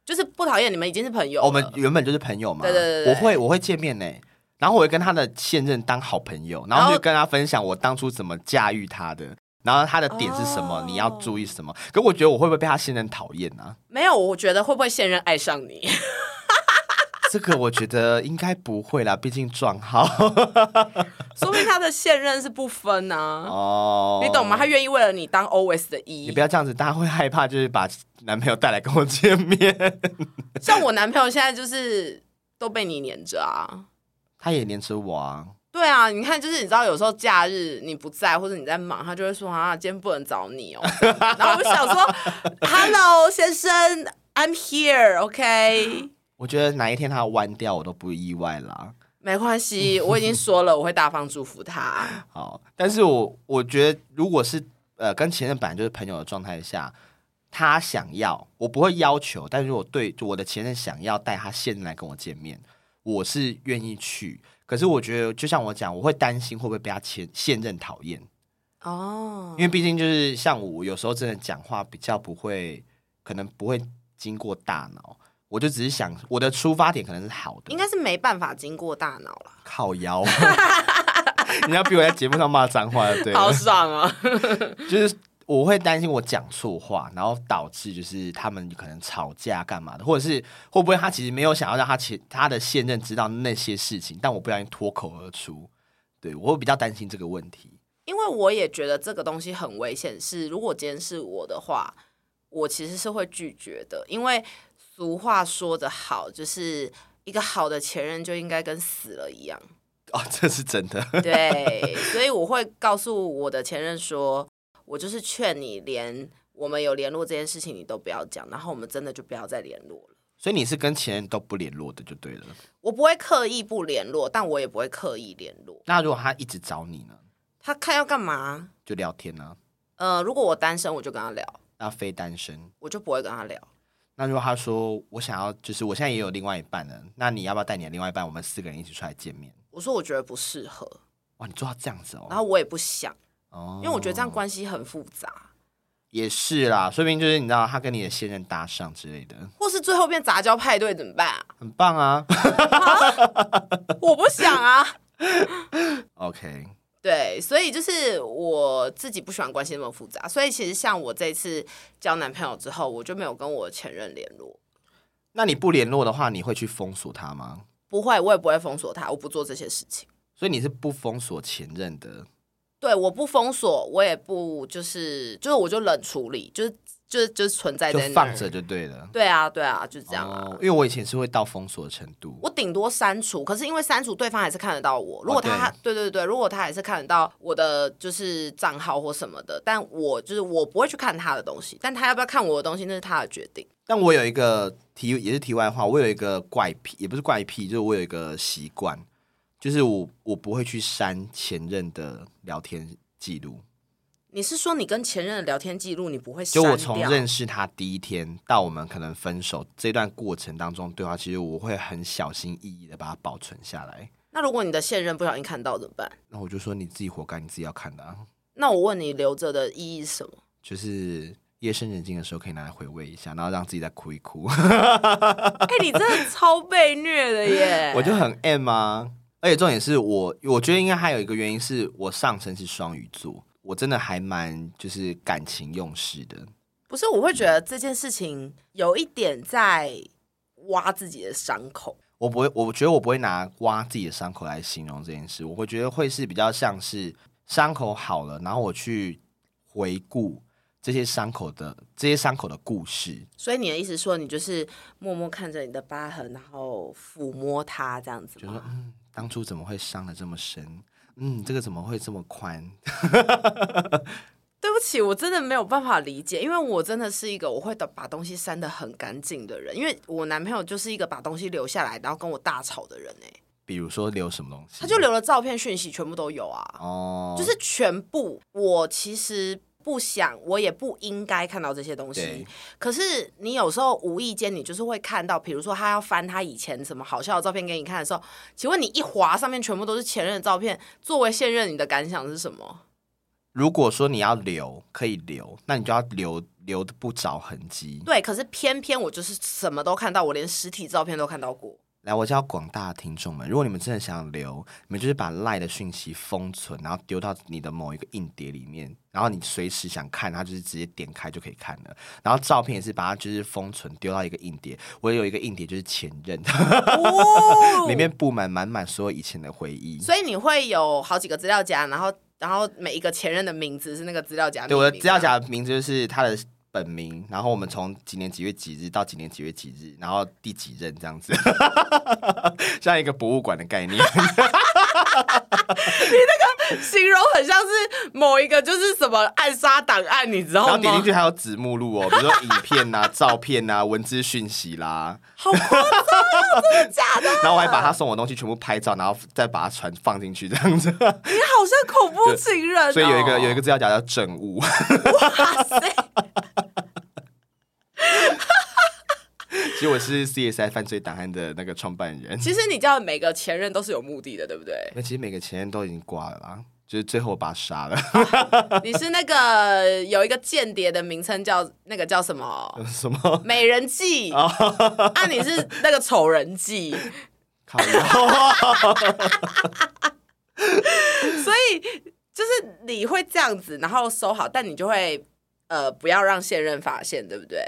Speaker 2: 就是不讨厌你们已经是朋友
Speaker 1: 哦
Speaker 2: 了，
Speaker 1: 我们原本就是朋友嘛，
Speaker 2: 呃对对对对
Speaker 1: 我会我会见面呢、然后我会跟他的现任当好朋友，然后
Speaker 2: 然
Speaker 1: 就
Speaker 2: 后
Speaker 1: 跟他分享我当初怎么驾驭他的，然后他的点是什么，
Speaker 2: 哦
Speaker 1: 你要注意什么。可我觉得我会不会被他现任讨厌啊？
Speaker 2: 没有，我觉得会不会现任爱上 你？
Speaker 1: 这个我觉得应该不会啦，毕竟撞号
Speaker 2: 说明他的现任是不分啊，
Speaker 1: 哦，
Speaker 2: 你懂吗？他愿意为了你当 always 的
Speaker 1: 你
Speaker 2: 一
Speaker 1: 不。要这样子，大家会害怕，就是把男朋友带来跟我见面。
Speaker 2: 像我男朋友现在就是都被你黏着啊。
Speaker 1: 他也黏着我啊，
Speaker 2: 对啊，你看，就是你知道，有时候假日你不在或者你在忙，他就会说啊，今天不能找你哦。 然后我就想说，Hello 先生，I'm here，OK，、
Speaker 1: 我觉得哪一天他弯掉，我都不意外啦。
Speaker 2: 没关系，我已经说了，我会大方祝福他。
Speaker 1: 好，但是我我觉得，如果是呃跟前任本来就是朋友的状态下，他想要，我不会要求，但如果对就我的前任想要带他现任来跟我见面，我是愿意去。可是我觉得，就像我讲，我会担心会不会被他前现任讨厌，
Speaker 2: 哦
Speaker 1: 因，为毕竟就是像我有时候真的讲话比较不会，可能不会经过大脑，我就只是想我的出发点可能是好的
Speaker 2: 应，该是没办法经过大脑了，
Speaker 1: 靠 腰。 人家比我在节目上骂脏话，对了，
Speaker 2: 好爽啊！
Speaker 1: 就是我会担心我讲错话，然后导致就是他们可能吵架干嘛的，或者是会不会他其实没有想要让他前他的现任知道那些事情，但我不小心脱口而出，对我会比较担心这个问题。
Speaker 2: 因为我也觉得这个东西很危险，是如果今天是我的话，我其实是会拒绝的，因为俗话说得好，就是一个好的前任就应该跟死了一样，
Speaker 1: 哦，这是真的，
Speaker 2: 对，所以我会告诉我的前任说，我就是劝你连我们有联络这件事情你都不要讲，然后我们真的就不要再联络了。
Speaker 1: 所以你是跟前任都不联络的就对了。
Speaker 2: 我不会刻意不联络，但我也不会刻意联络。
Speaker 1: 那如果他一直找你呢，
Speaker 2: 他看要干嘛？
Speaker 1: 就聊天呢、
Speaker 2: 呃，如果我单身，我就跟他聊，
Speaker 1: 那非单身。
Speaker 2: 我就不会跟他聊。
Speaker 1: 那如果他说我想要，就是我现在也有另外一半了，那你要不要带你的另外一半，我们四个人一起出来见面？
Speaker 2: 我说我觉得不适合，
Speaker 1: 哇，你做到这样子哦，
Speaker 2: 然后我也不想，
Speaker 1: 哦
Speaker 2: 因为我觉得这样关系很复杂，
Speaker 1: 也是啦，说不定就是你知道他跟你的现任搭上之类的，
Speaker 2: 或是最后变杂交派对怎么办啊？
Speaker 1: 很棒啊。
Speaker 2: 我不想啊。
Speaker 1: OK，
Speaker 2: 对，所以就是我自己不喜欢关系那么复杂，所以其实像我这次交男朋友之后，我就没有跟我前任联络，
Speaker 1: 那你不联络的话，你会去封锁他吗？
Speaker 2: 不会，我也不会封锁他，我不做这些事情。
Speaker 1: 所以你是不封锁前任的，
Speaker 2: 对，我不封锁，我也不就是就是我就冷处理，就是就是就是存在
Speaker 1: 就
Speaker 2: 在那
Speaker 1: 放着
Speaker 2: 儿。
Speaker 1: 就对了。
Speaker 2: 对啊，对啊，就这样啊。
Speaker 1: 哦，因为我以前是会到封锁的程度。
Speaker 2: 我顶多删除，可是因为删除对方还是看得到我。如果他、
Speaker 1: 哦
Speaker 2: 对对对，如果他还是看得到我的就是账号或什么的，但我就是我不会去看他的东西，但他要不要看我的东西那是他的决定。
Speaker 1: 但我有一个题，也是题外话，我有一个怪癖，也不是怪癖，就是我有一个习惯，就是我我不会去删前任的聊天记录。
Speaker 2: 你是说你跟前任的聊天记录你不会删
Speaker 1: 就
Speaker 2: 掉？
Speaker 1: 我从认识他第一天到我们可能分手这段过程当中对话，其实我会很小心翼翼的把它保存下来。
Speaker 2: 那如果你的现任不小心看到怎么办？
Speaker 1: 那我就说你自己活该，你自己要看的、啊，
Speaker 2: 那我问你留着的意义是什么？
Speaker 1: 就是夜深人静的时候可以拿来回味一下，然后让自己再哭 一哭。！
Speaker 2: 哎、你真的超被虐的耶
Speaker 1: 我就很 M 啊，而且重点是我，我觉得应该还有一个原因是我上身是双鱼座，我真的还蛮就是感情用事的。
Speaker 2: 不是，我会觉得这件事情有一点在挖自己的伤口。
Speaker 1: 我不会，我觉得我不会拿挖自己的伤口来形容这件事，我会觉得会是比较像是伤口好了，然后我去回顾这些伤口的这些伤口的故事。
Speaker 2: 所以你的意思说，你就是默默看着你的疤痕，然后抚摸它这样子
Speaker 1: 就说
Speaker 2: 吗？嗯
Speaker 1: 当初怎么会伤的这么深？嗯，这个怎么会这么宽？
Speaker 2: 对不起，我真的没有办法理解，因为我真的是一个我会把东西删得很干净的人，因为我男朋友就是一个把东西留下来，然后跟我大吵的人哎、
Speaker 1: 比如说留什么东西？
Speaker 2: 他就留了照片、讯息，全部都有啊。
Speaker 1: 哦，
Speaker 2: 就是全部。我其实不想，我也不应该看到这些东西
Speaker 1: 对。
Speaker 2: 可是你有时候无意间，你就是会看到，比如说他要翻他以前什么好笑的照片给你看的时候，请问你一划上面全部都是前任的照片，作为现任，你的感想是什么？
Speaker 1: 如果说你要留，可以留，那你就要留留的不着痕迹。
Speaker 2: 对，可是偏偏我就是什么都看到，我连实体照片都看 到过。
Speaker 1: 来，我叫广大的听众们，如果你们真的想留，你们就是把赖的讯息封存，然后丢到你的某一个硬碟里面，然后你随时想看，它就是直接点开就可以看了。然后照片也是把它就是封存丢到一个硬碟，我有一个硬碟就是前任，
Speaker 2: 哦
Speaker 1: 里面布满满满所有以前的回忆。
Speaker 2: 所以你会有好几个资料夹，然后然后每一个前任的名字是那个资料夹命名
Speaker 1: 对，
Speaker 2: 的。
Speaker 1: 我的资料夹名字就是他的本名，然后我们从几年几月几日到几年几月几日，然后第几任这样子， 像一个博物馆的概念。
Speaker 2: 形容很像是某一个就是什么暗杀档案，你知
Speaker 1: 然
Speaker 2: 道
Speaker 1: 后点
Speaker 2: 吗
Speaker 1: 进？去还有子目录哦，比如说影片 呐、照片呐、文字讯息啦，
Speaker 2: 好夸张，真的假的？
Speaker 1: 然后我还把他送我的东西全部拍照，然后再把它传放进去这样子。
Speaker 2: 你好像恐怖情人、哦。
Speaker 1: 所以有一个有一个，资料夹叫证物，
Speaker 2: 哇塞，
Speaker 1: 其实我是 CSI 犯罪档案的那个创办人。
Speaker 2: 其实你叫每个前任都是有目的的，对 不对？
Speaker 1: 那其实每个前任都已经挂了啦，就是最后我把他杀了，
Speaker 2: 你是那个有一个间谍的名称叫那个叫什么？
Speaker 1: 什么
Speaker 2: 美人计
Speaker 1: 哦
Speaker 2: 啊，你是那个丑人计，
Speaker 1: 靠腰？
Speaker 2: 所以就是你会这样子，然后收好，但你就会呃不要让现任发现，对不对？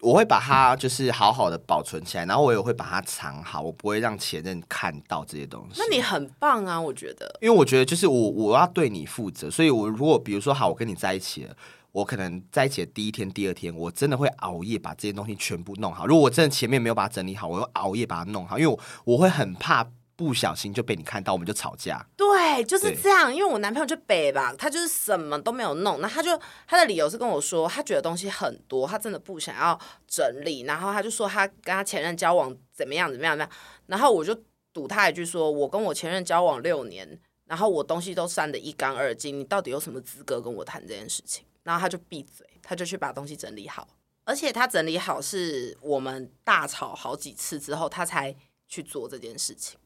Speaker 1: 我会把它就是好好的保存起来，然后我也会把它藏好，我不会让前任看到这些东西。
Speaker 2: 那你很棒啊，我觉得。
Speaker 1: 因为我觉得就是我我要对你负责，所以我如果比如说好，我跟你在一起了。我可能在一起的第一天、第二天，我真的会熬夜把这些东西全部弄好。如果我真的前面没有把它整理好，我会熬夜把它弄好，因为我我会很怕不小心就被你看到，我们就吵架。
Speaker 2: 对，就是
Speaker 1: 对
Speaker 2: 这样。因为我男朋友就北吧，他就是什么都没有弄。那他就他的理由是跟我说，他觉得东西很多，他真的不想要整理。然后他就说他跟他前任交往怎么样怎么样怎么样。然后我就堵他一句说，我跟我前任交往六年，然后我东西都删得一干二净，你到底有什么资格跟我谈这件事情？然后他就闭嘴，他就去把东西整理好。而且他整理好是我们大吵好几次之后，他才去做这件事情。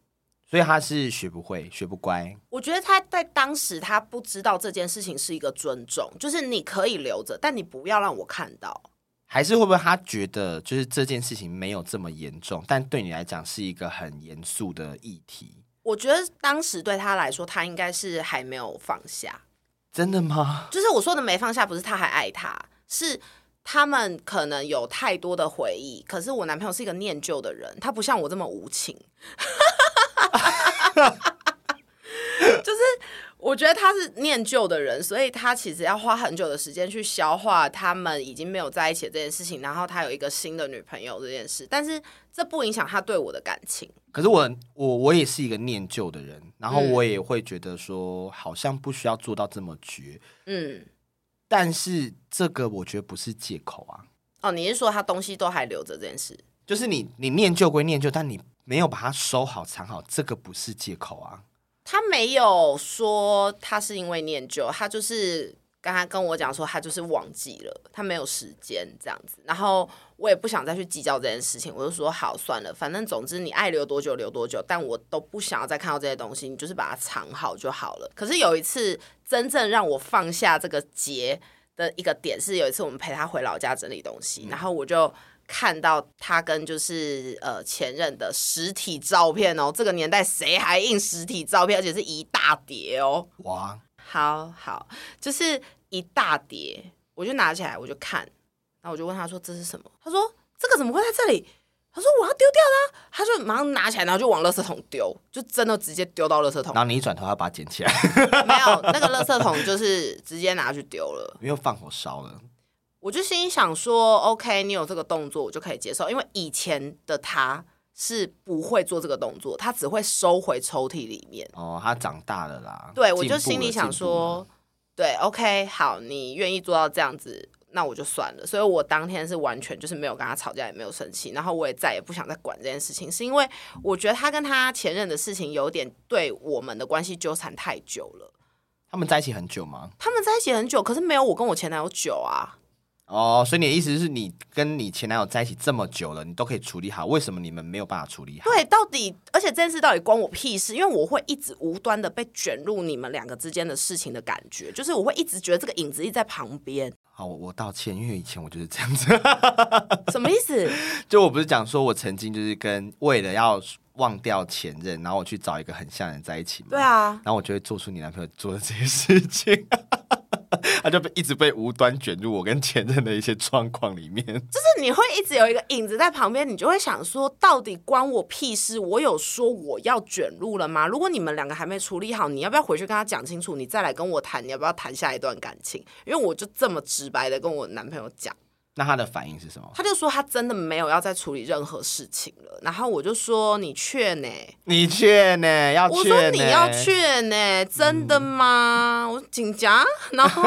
Speaker 1: 所以他是学不会、学不乖，
Speaker 2: 我觉得他在当时他不知道这件事情是一个尊重，就是你可以留着，但你不要让我看到。
Speaker 1: 还是会不会他觉得就是这件事情没有这么严重，但对你来讲是一个很严肃的议题？
Speaker 2: 我觉得当时对他来说，他应该是还没有放下。
Speaker 1: 真的吗？
Speaker 2: 就是我说的没放下，不是他还爱他，是他们可能有太多的回忆。可是我男朋友是一个念旧的人，他不像我这么无情。 就是我觉得他是念旧的人，所以他其实要花很久的时间去消化他们已经没有在一起的这件事情，然后他有一个新的女朋友这件事，但是这不影响他对我的感情。
Speaker 1: 可是我我我也是一个念旧的人，然后我
Speaker 2: 嗯
Speaker 1: 也会觉得说，好像不需要做到这么绝。
Speaker 2: 嗯，
Speaker 1: 但是这个我觉得不是借口啊，
Speaker 2: 哦，你是说他东西都还留着这件事？
Speaker 1: 就是你你念旧归念旧，但你没有把它收好藏好，这个不是借口啊。
Speaker 2: 他没有说他是因为念旧，他就是刚刚跟我讲说他就是忘记了，他没有时间这样子。然后我也不想再去计较这件事情，我就说好算了，反正总之你爱留多久留多久，但我都不想要再看到这些东西，你就是把它藏好就好了。可是有一次真正让我放下这个结的一个点是，有一次我们陪他回老家整理东西，然后我就。看到他跟就是呃前任的实体照片哦，这个年代谁还印实体照片，而且是一大叠哦。
Speaker 1: 哇，
Speaker 2: 好好，就是一大叠，我就拿起来我就看，然后我就问他说这是什么？他说这个怎么会在这里？他说我要丢掉啦、他就马上拿起来，然后就往垃圾桶丢，就真的直接丢到垃圾桶
Speaker 1: 然。后你一转头要把它捡起来，
Speaker 2: 没有那个垃圾桶就是直接拿去丢了。
Speaker 1: 因为放火烧了。
Speaker 2: 我就心里想说，OK，你有这个动作，我就可以接受，因为以前的他是不会做这个动作，他只会收回抽屉里面。
Speaker 1: 哦，他长大了啦。
Speaker 2: 对，
Speaker 1: 进
Speaker 2: 我
Speaker 1: 步
Speaker 2: 就
Speaker 1: 了
Speaker 2: 心里想，
Speaker 1: 进
Speaker 2: 说，对，OK，好，你愿意做到这样子，那我就算了。所以我当天是完全就是没有跟他吵架，也没有生气，然后我也再也不想再管这件事情，是因为我觉得他跟他前任的事情有点对我们的关系纠缠太久了。
Speaker 1: 步了他们在一起很久吗？
Speaker 2: 他们在一起很久，可是没有我跟我前男友久啊。
Speaker 1: 哦，所以你的意思是你跟你前男友在一起这么久了，你都可以处理好，为什么你们没有办法处理好？
Speaker 2: 对，到底而且这件事到底关我屁事？因为我会一直无端的被卷入你们两个之间的事情的感觉，就是我会一直觉得这个影子一直在旁边，
Speaker 1: 好，我我道歉，因为以前我就是这样子，
Speaker 2: 什么意思？
Speaker 1: 就我不是讲说我曾经就是跟为了要忘掉前任，然后我去找一个很像的人在一起嘛。
Speaker 2: 对。啊，
Speaker 1: 然后我就会做出你男朋友做的这些事情， 他就被一直被无端卷入我跟前任的一些状况里面。
Speaker 2: 就是你会一直有一个影子在旁边，你就会想说，到底关我屁事？我有说我要卷入了吗？如果你们两个还没处理好，你要不要回去跟他讲清楚？你再来跟我谈，你要不要谈下一段感情？因为我就这么直白的跟我男朋友讲。
Speaker 1: 那他的反应是什么？
Speaker 2: 他就说他真的没有要再处理任何事情了，然后我就说你劝欸呢、
Speaker 1: 你劝呢？要
Speaker 2: 我
Speaker 1: 劝呢？嗯
Speaker 2: 说你要劝呢、真的吗？我说紧张，然后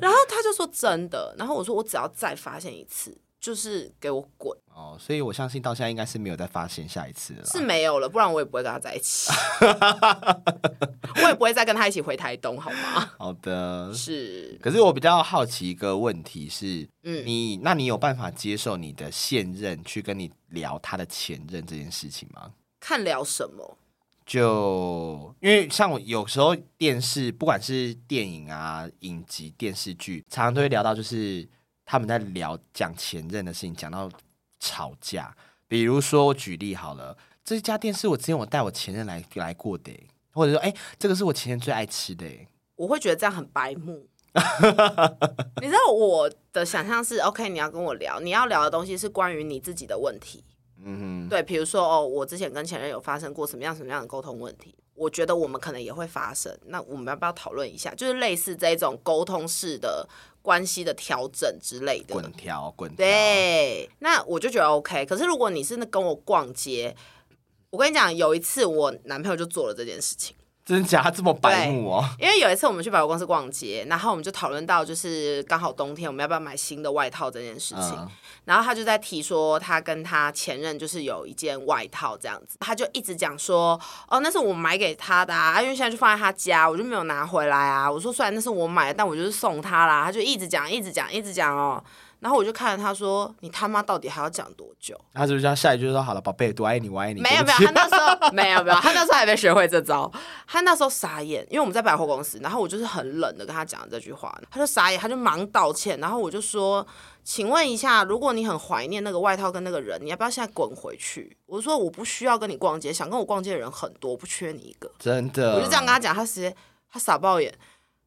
Speaker 2: 然后他就说真的，然后我说我只要再发现一次，就是给我滚，
Speaker 1: 哦，所以我相信到现在应该是没有再发现下一次了啦。
Speaker 2: 是没有了，不然我也不会跟他在一 起，我也不会再跟他一起回台东，好吗？
Speaker 1: 好的。
Speaker 2: 是，
Speaker 1: 可是我比较好奇一个问题是，
Speaker 2: 嗯
Speaker 1: 你那你有办法接受你的现任去跟你聊他的前任这件事情吗？
Speaker 2: 看聊什么，
Speaker 1: 就因为像我有时候电视，不管是电影啊、影集、电视剧，常常都会聊到，就是他们在聊讲前任的事情，讲到吵架。比如说，我举例好了，这家店是我之前我带我前任来来过的欸，或者说，哎、这个是我前任最爱吃的欸，
Speaker 2: 我会觉得这样很白目。你知道我的想象是，OK，你要跟我聊，你要聊的东西是关于你自己的问题，
Speaker 1: 嗯哼，
Speaker 2: 对，比如说哦，我之前跟前任有发生过什么样什么样的沟通问题，我觉得我们可能也会发生，那我们要不要讨论一下？就是类似这一种沟通式的关系的调整之类的。
Speaker 1: 滚条滚条，
Speaker 2: 对，那我就觉得 OK。可是如果你是跟我逛街，我跟你讲，有一次我男朋友就做了这件事情。
Speaker 1: 真的假的这么白目哦、
Speaker 2: 因为有一次我们去百货公司逛街，然后我们就讨论到，就是刚好冬天我们要不要买新的外套这件事情。
Speaker 1: 嗯，
Speaker 2: 然后他就在提说，他跟他前任就是有一件外套这样子，他就一直讲说，哦，那是我买给他的啊，啊因为现在就放在他家，我就没有拿回来啊。我说虽然那是我买的，但我就是送他啦。他就一直讲，一直讲，一直讲哦。然后我就看着他说，你他妈到底还要讲多久？
Speaker 1: 他是不是要下一句就说好了，宝贝，多爱你，我爱你？
Speaker 2: 没有
Speaker 1: 对
Speaker 2: 没有
Speaker 1: 不，起
Speaker 2: 他那时候没有没有，他那时候还没学会这招，他那时候傻眼，因为我们在百货公司，然后我就是很冷的跟他讲了这句话，他就傻眼，他就忙道歉，然后我就说，请问一下，如果你很怀念那个外套跟那个人，你要不要现在滚回去？我说我不需要跟你逛街，想跟我逛街的人很多，我不缺你一个，
Speaker 1: 真的，
Speaker 2: 我就这样跟他讲，他直接他傻爆眼，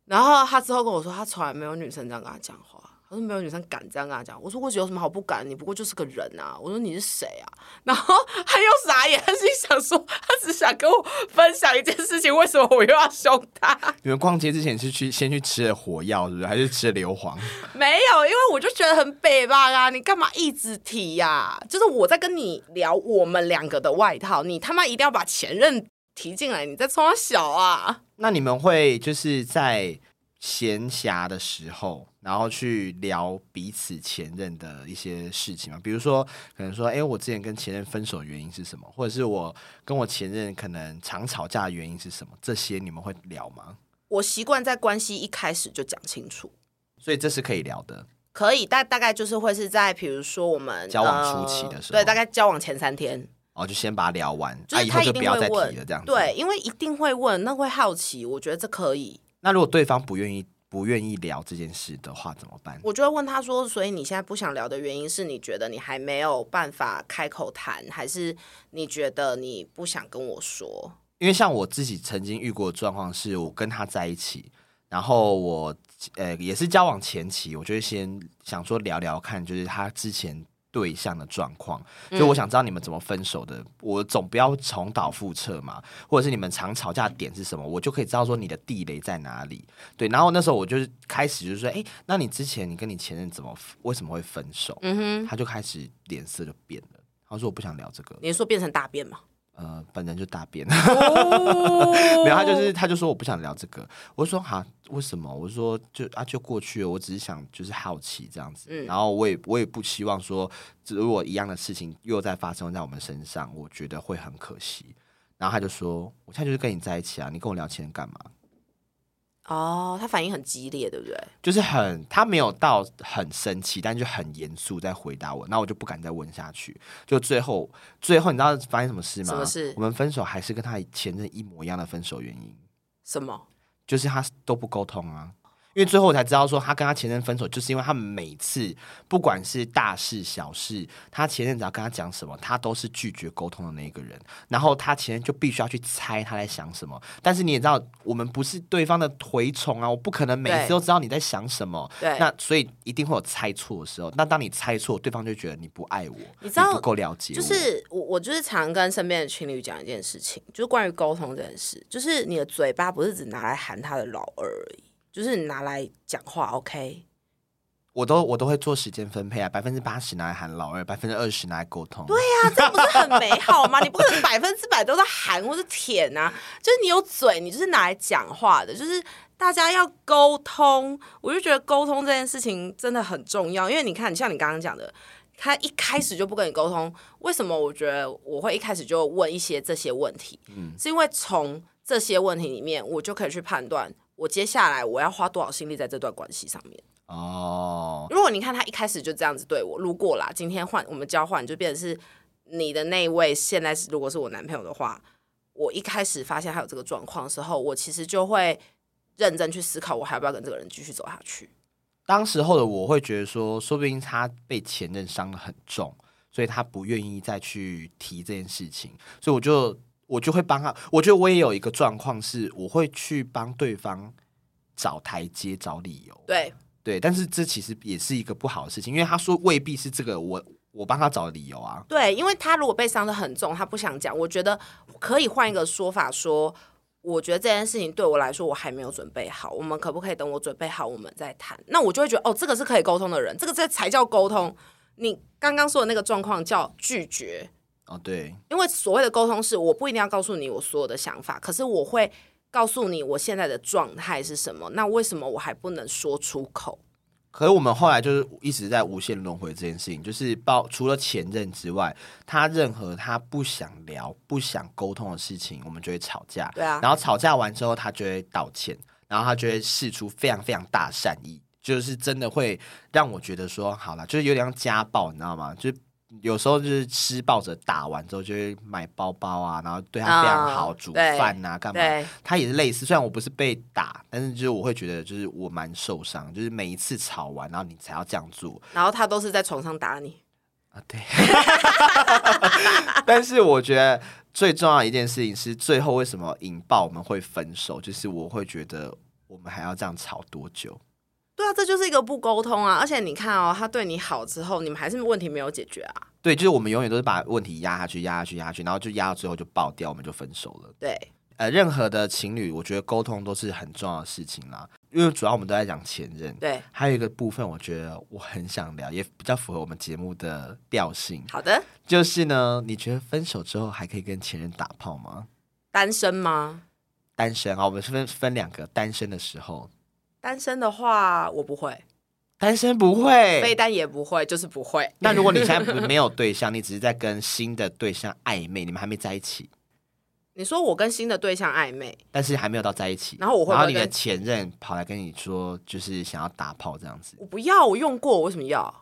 Speaker 2: 然后他之后跟我说，他从来没有女生这样跟他讲话。他说没有女生敢这样跟他讲，我说我有什么好不敢？你不过就是个人啊！我说你是谁啊？然后他又傻眼，他心想说他只想跟我分享一件事情，为什么我又要凶他？
Speaker 1: 你们逛街之前是去先去吃了火药，是不是？还是吃了硫磺？
Speaker 2: 没有，因为我就觉得很北吧啊！你干嘛一直提呀、就是我在跟你聊我们两个的外套，你他妈一定要把前任提进来，你在冲他小啊？
Speaker 1: 那你们会就是在闲暇的时候，然后去聊彼此前任的一些事情吗？比如说，可能说，哎、我之前跟前任分手的原因是什么？或者是我跟我前任可能常吵架的原因是什么？这些你们会聊吗？
Speaker 2: 我习惯在关系一开始就讲清楚。
Speaker 1: 所以这是可以聊的。
Speaker 2: 可以，但大概就是会是在比如说我们
Speaker 1: 交往初期的时候
Speaker 2: 呃对，大概交往前三天，
Speaker 1: 哦，就先把它聊完，
Speaker 2: 就
Speaker 1: 啊，
Speaker 2: 是
Speaker 1: 以
Speaker 2: 他
Speaker 1: 后
Speaker 2: 一
Speaker 1: 就
Speaker 2: 定
Speaker 1: 不要
Speaker 2: 会
Speaker 1: 再
Speaker 2: 问，
Speaker 1: 提了，这样子。
Speaker 2: 对，因为一定会问，那会好奇，我觉得这可以。
Speaker 1: 那如果对方不愿意不愿意聊这件事的话，怎么办？
Speaker 2: 我就会问他说：“所以你现在不想聊的原因是你觉得你还没有办法开口谈，还是你觉得你不想跟我说
Speaker 1: 因为像我自己曾经遇过的状况是，我跟他在一起，然后我呃也是交往前期，我就会先想说聊聊看，就是他之前对象的状况，所以我想知道你们怎么分手的，我总不要重蹈覆辙嘛，或者是你们常吵架的点是什么，我就可以知道说你的地雷在哪里。对，然后那时候我就是开始就是说，哎，那你之前你跟你前任怎么为什么会分手？嗯哼，他就开始脸色就变了，他说我不想聊这个？”，
Speaker 2: 你是说变成大便吗？
Speaker 1: 呃，本人就大便。
Speaker 2: 没
Speaker 1: 没有，他就是他就说我不想聊这个。我说哈，为什么？我说就啊，就过去了。我只是想就是好奇这样子，然后我也我也不希望说，如果一样的事情又再发生在我们身上，我觉得会很可惜。然后他就说，我现在就是跟你在一起啊，你跟我聊钱干嘛？
Speaker 2: 哦，他反应很激烈，对不对？
Speaker 1: 就是很，他没有到很生气，但就很严肃在回答我，那我就不敢再问下去。就最后，最后你知道发生什么事吗？
Speaker 2: 什么事
Speaker 1: 我们分手还是跟他前任一模一样的分手原因。
Speaker 2: 什么？
Speaker 1: 就是他都不沟通啊。因为最后我才知道，说他跟他前任分手，就是因为他们每次不管是大事小事，他前任只要跟他讲什么，他都是拒绝沟通的那一个人。然后他前任就必须要去猜他在想什么。但是你也知道，我们不是对方的蛔虫啊，我不可能每
Speaker 2: 对
Speaker 1: 次都知道你在想什么。
Speaker 2: 对，
Speaker 1: 那所以一定会有猜错的时候。那当你猜错，对方就觉得你不爱我，
Speaker 2: 你知道
Speaker 1: 不够了解我，
Speaker 2: 就是我，我就是常跟身边的情侣讲一件事情，就是关于沟通这件事，就是你的嘴巴不是只拿来喊他的老二而已，就是你拿来讲话，OK？
Speaker 1: 我都我都会做时间分配啊，百分之八十拿来喊老二，百分之二十拿来沟通。对
Speaker 2: 对啊，这样不是很美好吗？你不可能百分之百都在喊或是舔啊，就是你有嘴，你就是拿来讲话的，就是大家要沟通。我就觉得沟通这件事情真的很重要，因为你看，像你刚刚讲的。他一开始就不跟你沟通，为什么？我觉得我会一开始就问一些这些问题，是因为从这些问题里面，我就可以去判断我接下来我要花多少心力在这段关系上面。
Speaker 1: 哦，
Speaker 2: 如果你看他一开始就这样子对我，如果啦，今天换我们交换，就变成是你的那一位，现在是如果是我男朋友的话，我一开始发现他有这个状况的时候，我其实就会认真去思考，我还要不要跟这个人继续走下去。
Speaker 1: 当时候的我会觉得说，说不定他被前任伤得很重，所以他不愿意再去提这件事情，所以我就我就会帮他。我觉得我也有一个状况是，我会去帮对方找台阶、找理由。
Speaker 2: 对，
Speaker 1: 对，但是这其实也是一个不好的事情，因为他说未必是这个我我帮他找的理由啊。
Speaker 2: 对，因为他如果被伤得很重，他不想讲，我觉得可以换一个说法说。我觉得这件事情对我来说，我还没有准备好。我们可不可以等我准备好，我们再谈？那我就会觉得，哦，这个是可以沟通的人，这个这才叫沟通。你刚刚说的那个状况叫拒绝，
Speaker 1: 哦，对，
Speaker 2: 因为所谓的沟通是，我不一定要告诉你我所有的想法，可是我会告诉你我现在的状态是什么。那为什么我还不能说出口？
Speaker 1: 可是我们后来就是一直在无限轮回这件事情，就是包除了前任之外，他任何他不想聊、不想沟通的事情，我们就会吵架。
Speaker 2: 对啊，
Speaker 1: 然后吵架完之后，他就会道歉，然后他就会试出非常非常大的善意，就是真的会让我觉得说，好了，就是有点像家暴，你知道吗？就是有时候就是施暴者打完之后，就会买包包啊，然后对他非常好，
Speaker 2: 啊
Speaker 1: 煮
Speaker 2: 对
Speaker 1: 饭啊，干嘛？
Speaker 2: 对
Speaker 1: 他也是类似，虽然我不是被打，但是就是我会觉得，就是我蛮受伤，就是每一次吵完，然后你才要这样做，
Speaker 2: 然后他都是在床上打你。
Speaker 1: 啊，对。 但是我觉得最重要的一件事情是，最后为什么引爆我们会分手，就是我会觉得我们还要这样吵多久？
Speaker 2: 对啊，这就是一个不沟通啊！而且你看哦，他对你好之后，你们还是问题没有解决啊。
Speaker 1: 对，就是我们永远都是把问题压下去、压下去、压下去，然后就压到最后就爆掉，我们就分手了。
Speaker 2: 对，
Speaker 1: 呃，任何的情侣，我觉得沟通都是很重要的事情啦，因为主要我们都在讲前任。
Speaker 2: 对，
Speaker 1: 还有一个部分，我觉得我很想聊，也比较符合我们节目的调性，
Speaker 2: 好的，
Speaker 1: 就是呢，你觉得分手之后还可以跟前任打炮吗？
Speaker 2: 单身吗？
Speaker 1: 单身啊，我们分分两个，单身的时候，
Speaker 2: 单身的话，我不会，
Speaker 1: 单身不
Speaker 2: 非
Speaker 1: 会。
Speaker 2: 单也不会，就是不会。
Speaker 1: 那如果你现在不没有对象，你只是在跟新的对象暧昧，你们还没在一起，
Speaker 2: 你说我跟新的对象暧昧，
Speaker 1: 但是还没有到在一起，
Speaker 2: 然后我会不会
Speaker 1: 然后你的
Speaker 2: 跟
Speaker 1: 前任跑来跟你说，就是想要打炮这样子，
Speaker 2: 我不要，我用过，我为什么要？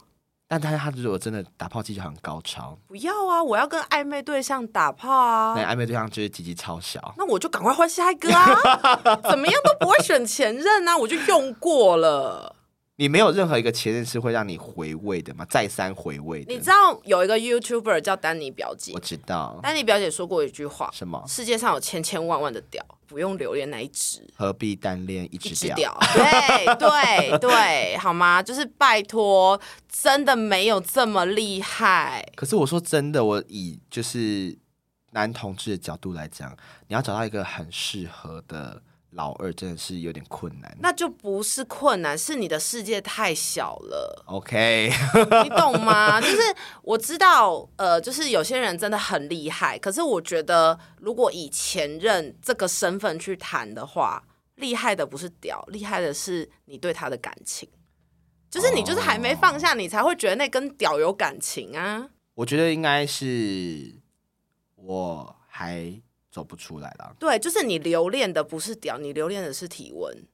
Speaker 1: 但他他如果真的打炮技巧很高超，
Speaker 2: 不要啊！我要跟暧昧对象打炮啊
Speaker 1: 那，暧昧对象就是鸡鸡超小，
Speaker 2: 那我就赶快换下一个啊！ 怎么样都不会选前任啊，我就用过了。
Speaker 1: 你没有任何一个前任是会让你回味的吗？再三回味的，
Speaker 2: 你知道有一个 YouTuber 叫丹尼表姐
Speaker 1: 我，知道
Speaker 2: 丹尼表姐说过一句话：
Speaker 1: 什么？
Speaker 2: 世界上有千千万万的屌，不用留恋那一只。
Speaker 1: 何必单恋一
Speaker 2: 一
Speaker 1: 只
Speaker 2: 只
Speaker 1: 屌？
Speaker 2: 屌， 对对对，好吗？就是拜托，真的没有这么厉害。
Speaker 1: 可是我说真的，我以就是男同志的角度来讲，你要找到一个很适合的老二，真的是有点困难。
Speaker 2: 那就不是困难，是你的世界太小了，
Speaker 1: OK，
Speaker 2: 你懂吗？ 就是我知道，呃，就是有些人真的很厉害，可是我觉得，如果以前任这个身份去谈的话，厉害的不是屌，厉害的是你对他的感情。就是你就是还没放下，你才会觉得那跟屌有感情啊。
Speaker 1: 我觉得应该是我还走不出来啦。
Speaker 2: 对，就是你留恋的不是屌，你留恋的是体温。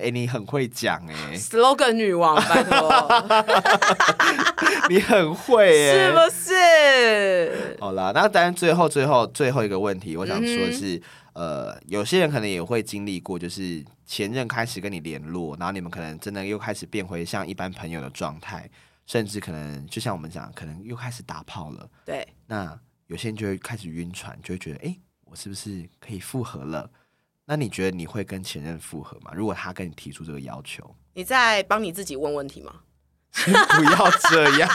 Speaker 1: 哎、你很会讲哎、
Speaker 2: slogan 女王，拜托，
Speaker 1: 你很会哎、
Speaker 2: 是不是？
Speaker 1: 好啦，那当然最后最后最后一个问题，我想说的是，呃，有些人可能也会经历过，就是前任开始跟你联络，然后你们可能真的又开始变回像一般朋友的状态，甚至可能就像我们讲，可能又开始打炮了。
Speaker 2: 对，
Speaker 1: 那有些人就会开始晕船，就会觉得，诶，我是不是可以复合了？那你觉得你会跟前任复合吗？如果他跟你提出这个要求，
Speaker 2: 你在帮你自己问问题吗？
Speaker 1: 不要这样。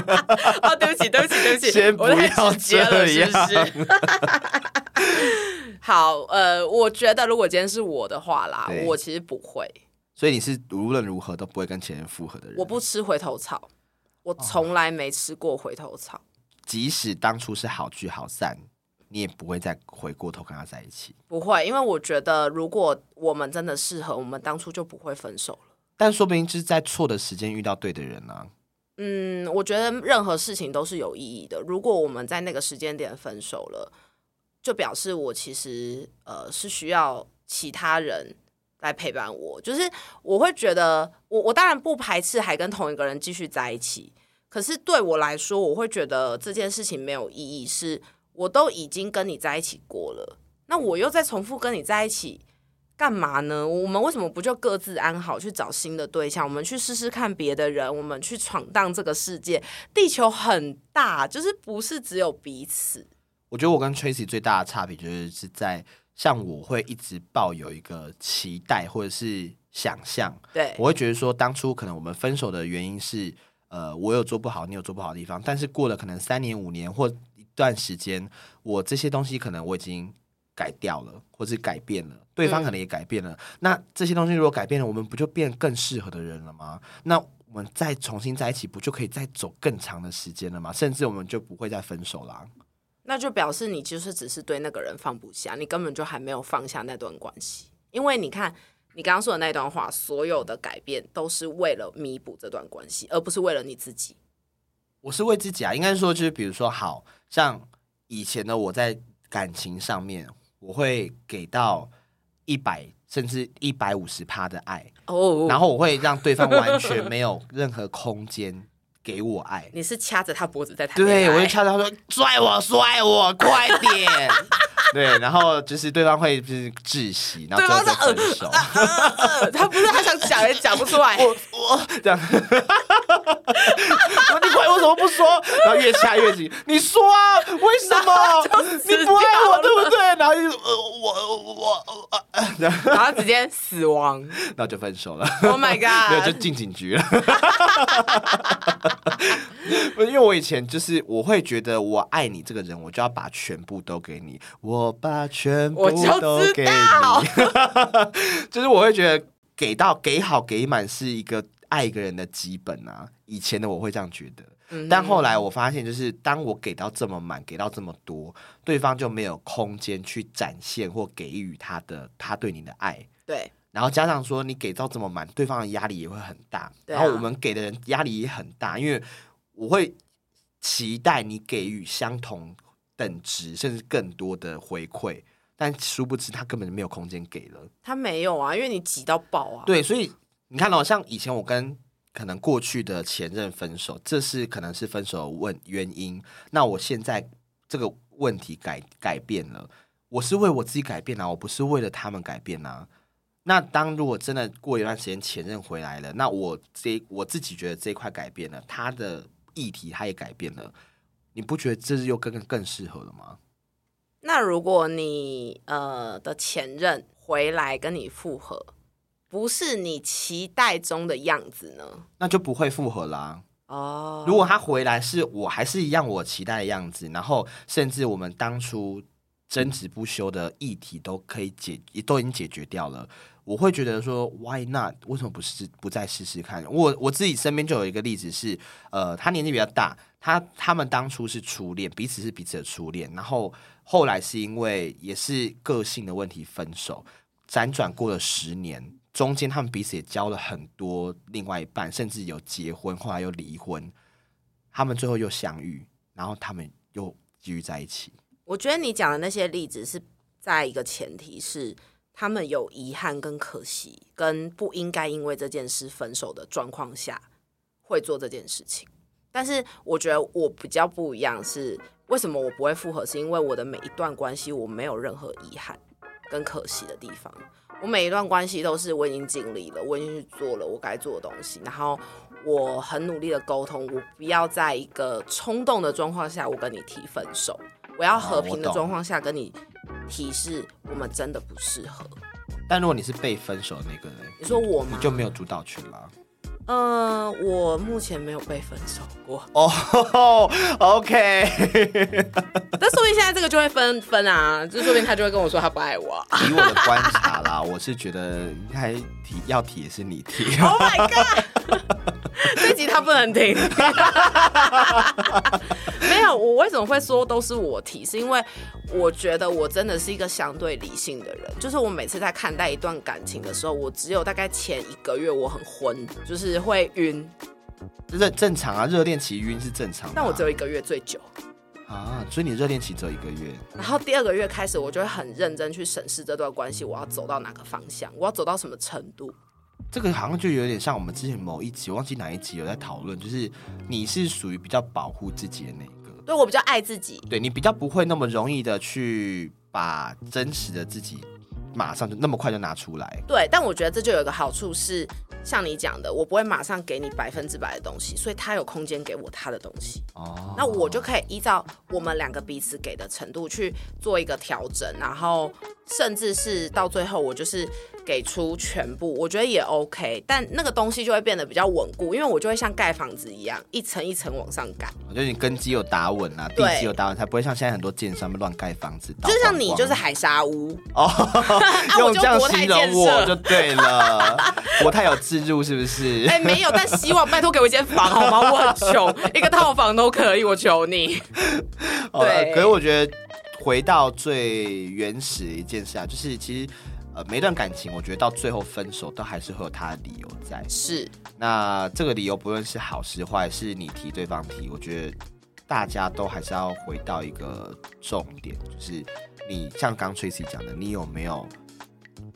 Speaker 2: 哦，对不起，对不起，对不起，
Speaker 1: 先不
Speaker 2: 我太
Speaker 1: 要
Speaker 2: 直接了，
Speaker 1: 这
Speaker 2: 是不是？ 好，呃，我觉得如果今天是我的话啦
Speaker 1: 对，
Speaker 2: 我其实不会，
Speaker 1: 所以你是无论如何都不会跟前任复合的人。
Speaker 2: 我不吃回头草，我从来没吃过回头草。
Speaker 1: 即使当初是好聚好散，你也不会再回过头跟他在一起。
Speaker 2: 不会，因为我觉得如果我们真的适合，我们当初就不会分手了。
Speaker 1: 但说不定就是在错的时间遇到对的人啊。
Speaker 2: 嗯，我觉得任何事情都是有意义的。如果我们在那个时间点分手了，就表示我其实呃是需要其他人来陪伴我。就是我会觉得，我我当然不排斥还跟同一个人继续在一起，可是对我来说，我会觉得这件事情没有意义，是我都已经跟你在一起过了，那我又再重复跟你在一起。干嘛呢？我们为什么不就各自安好，去找新的对象？我们去试试看别的人，我们去闯荡这个世界。地球很大，就是不是只有彼此。
Speaker 1: 我觉得我跟 Tracy 最大的差别就是是在像我会一直抱有一个期待或者是想象，
Speaker 2: 对，
Speaker 1: 我会觉得说当初可能我们分手的原因是。呃，我有做不好，你有做不好的地方，但是过了可能三年、五年或一段时间，我这些东西可能我已经改掉了，或是改变了，对方可能也改变了。那这些东西如果改变了，我们不就变更适合的人了吗？那我们再重新在一起，不就可以再走更长的时间了吗？甚至我们就不会再分手啦。
Speaker 2: 那就表示你就是只是对那个人放不下，你根本就还没有放下那段关系。因为你看你刚刚说的那段话，所有的改变都是为了弥补这段关系，而不是为了你自己。
Speaker 1: 我是为自己啊，应该说就是比如说，好像以前的我在感情上面，我会给到一百甚至一百五十趴的爱，
Speaker 2: 哦
Speaker 1: 然后我会让对方完全没有任何空间给我爱。
Speaker 2: 你是掐着他脖子在谈恋
Speaker 1: 对，
Speaker 2: 爱
Speaker 1: 我就掐着他说拽我拽我快点， 对，然后就是对方会就是窒息，然后
Speaker 2: 对方
Speaker 1: 最后
Speaker 2: 是
Speaker 1: 就分手。
Speaker 2: 呃他不是他想讲也讲不出来。
Speaker 1: 我我这样， 说你管为什么不说？然后越掐越紧，你说啊，为什么？你不爱啊我对不对？然后就呃我我我呃，呃然后
Speaker 2: 然后直接死亡。
Speaker 1: 然后就分手了。
Speaker 2: Oh my
Speaker 1: 没有，就
Speaker 2: god！
Speaker 1: 进警局了。 不是因为我以前就是我会觉得我爱你这个人，我就要把全部都给你，我把全部
Speaker 2: 我就
Speaker 1: 都给你，
Speaker 2: 知 道，
Speaker 1: 就是我会觉得给到给好给满是一个爱一个人的基本啊。以前的我会这样觉得，
Speaker 2: 嗯
Speaker 1: 但后来我发现，就是当我给到这么满，给到这么多，对方就没有空间去展现或给予他的他对你的爱。
Speaker 2: 对
Speaker 1: 然后加上说你给到这么满，对方的压力也会很大，
Speaker 2: 对
Speaker 1: 然
Speaker 2: 啊
Speaker 1: 后我们给的人压力也很大，因为我会期待你给予相同等值甚至更多的回馈，但殊不知他根本就没有空间给了。
Speaker 2: 他没有啊，因为你挤到爆啊。
Speaker 1: 哦对，所以你看到、像以前我跟可能过去的前任分手，这是可能是分手的问原因。那我现在这个问题改改变了，我是为我自己改变啊，我不是为了他们改变啊。那当如果真的过一段时间前任回来了，那我这我自己觉得这一块改变了，他的议题他也改变了，你不觉得这是又更更适合了吗？
Speaker 2: 那如果你呃的前任回来跟你复合，不是你期待中的样子呢？
Speaker 1: 那就不会复合啦、
Speaker 2: 哦，
Speaker 1: 如果他回来是我还是一样我期待的样子，然后甚至我们当初争执不休的议题都可以解，都已经解决掉了，我会觉得说 Why not？为什么不试不再试试看？我我自己身边就有一个例子是，呃，他年纪比较大，他他们当初是初恋，彼此是彼此的初恋，然后后来是因为也是个性的问题分手，辗转过了十年。中间他们彼此也交了很多另外一半，甚至有结婚，后来又离婚，他们最后又相遇，然后他们又继续在一起。
Speaker 2: 我觉得你讲的那些例子是在一个前提是他们有遗憾跟可惜，跟不应该因为这件事分手的状况下会做这件事情。但是我觉得我比较不一样是，为什么我不会复合？是因为我的每一段关系我没有任何遗憾跟可惜的地方。我每一段关系都是我已经尽力了，我已经去做了我该做的东西，然后我很努力的沟通，我不要在一个冲动的状况下我跟你提分手，我要和平
Speaker 1: 哦
Speaker 2: 的
Speaker 1: 我懂
Speaker 2: 状况下跟你提示我们真的不适合。
Speaker 1: 但如果你是被分手的那个人，
Speaker 2: 你说我吗
Speaker 1: 你？就没有主导权了。
Speaker 2: 呃，我目前没有被分手过，
Speaker 1: 哦、o k
Speaker 2: 但说不定现在这个就会分分啊，就说不定他就会跟我说他不爱我啊。
Speaker 1: 以我的观察啦，我是觉得应该提要提也是你提。
Speaker 2: Oh my god！这集他不能听。 没有，我为什么会说都是我提？是因为我觉得我真的是一个相对理性的人，就是我每次在看待一段感情的时候，我只有大概前一个月我很昏，就是会晕，
Speaker 1: 热正常啊，热恋期晕是正常的啊、
Speaker 2: 但我只有一个月最久。
Speaker 1: 啊，所以你热恋期只有一个月。
Speaker 2: 然后第二个月开始，我就会很认真去审视这段关系，我要走到哪个方向，我要走到什么程度。
Speaker 1: 这个好像就有点像我们之前某一集，我忘记哪一集有在讨论，就是你是属于比较保护自己的那一个，
Speaker 2: 对我比较爱自己，
Speaker 1: 对你比较不会那么容易的去把真实的自己马上就那么快就拿出来。
Speaker 2: 对，但我觉得这就有一个好处是，像你讲的，我不会马上给你百分之百的东西，所以他有空间给我他的东西，
Speaker 1: 哦，
Speaker 2: 那我就可以依照我们两个彼此给的程度去做一个调整，然后甚至是到最后我就是给出全部，我觉得也 OK，但那个东西就会变得比较稳固，因为我就会像盖房子一样，一层一层往上盖。
Speaker 1: 我觉得你根基有打稳啊，地
Speaker 2: 对
Speaker 1: 基有打稳，才不会像现在很多建商乱盖房子，
Speaker 2: 就像
Speaker 1: 倒光
Speaker 2: 你
Speaker 1: 光
Speaker 2: 就是海沙屋，
Speaker 1: 哦，
Speaker 2: 我
Speaker 1: 用
Speaker 2: 就
Speaker 1: 这样
Speaker 2: 国泰
Speaker 1: 形容
Speaker 2: 建
Speaker 1: 我
Speaker 2: 设
Speaker 1: 就对了，国泰有自入是不是？
Speaker 2: 哎、没有，但希望拜托给我一间房好吗？我很穷，一个套房都可以，我求 你。
Speaker 1: 好了
Speaker 2: 对
Speaker 1: 呃可是我觉得回到最原始的一件事啊，就是其实呃，每一段感情，我觉得到最后分手都还是会有他的理由在。
Speaker 2: 是，
Speaker 1: 那这个理由不论是好是坏，是你提对方提，我觉得大家都还是要回到一个重点，就是你像刚 Tracy 讲的，你有没有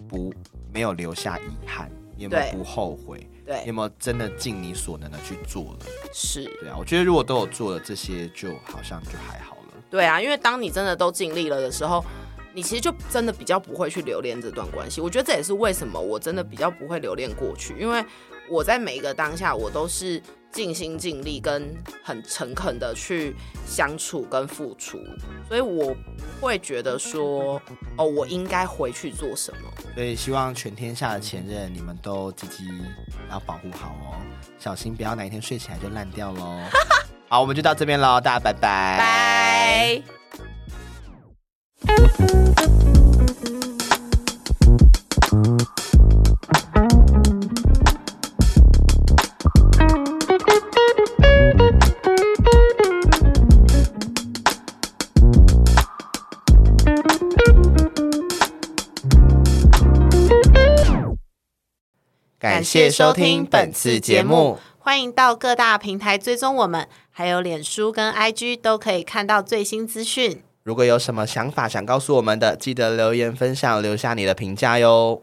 Speaker 1: 不没有留下遗憾？你有没
Speaker 2: 对
Speaker 1: 有不后悔？你有
Speaker 2: 对，
Speaker 1: 没有真的尽你所能的去做了？
Speaker 2: 是。
Speaker 1: 对啊，我觉得如果都有做了这些，就好像就还好了。
Speaker 2: 对啊，因为当你真的都尽力了的时候，你其实就真的比较不会去留恋这段关系。我觉得这也是为什么我真的比较不会留恋过去，因为我在每一个当下，我都是尽心尽力跟很诚恳的去相处跟付出，所以我不会觉得说，哦，我应该回去做什么。
Speaker 1: 所以希望全天下的前任，你们都积极要保护好哦，小心不要哪一天睡起来就烂掉喽。 好，我们就到这边喽，大家拜拜。
Speaker 2: 拜。
Speaker 1: 感谢收听本次节目，，
Speaker 2: 欢迎到各大平台追踪我们，还有脸书跟 IG 都可以看到最新资讯。
Speaker 1: 如果有什么想法想告诉我们的，记得留言分享，留下你的评价哟。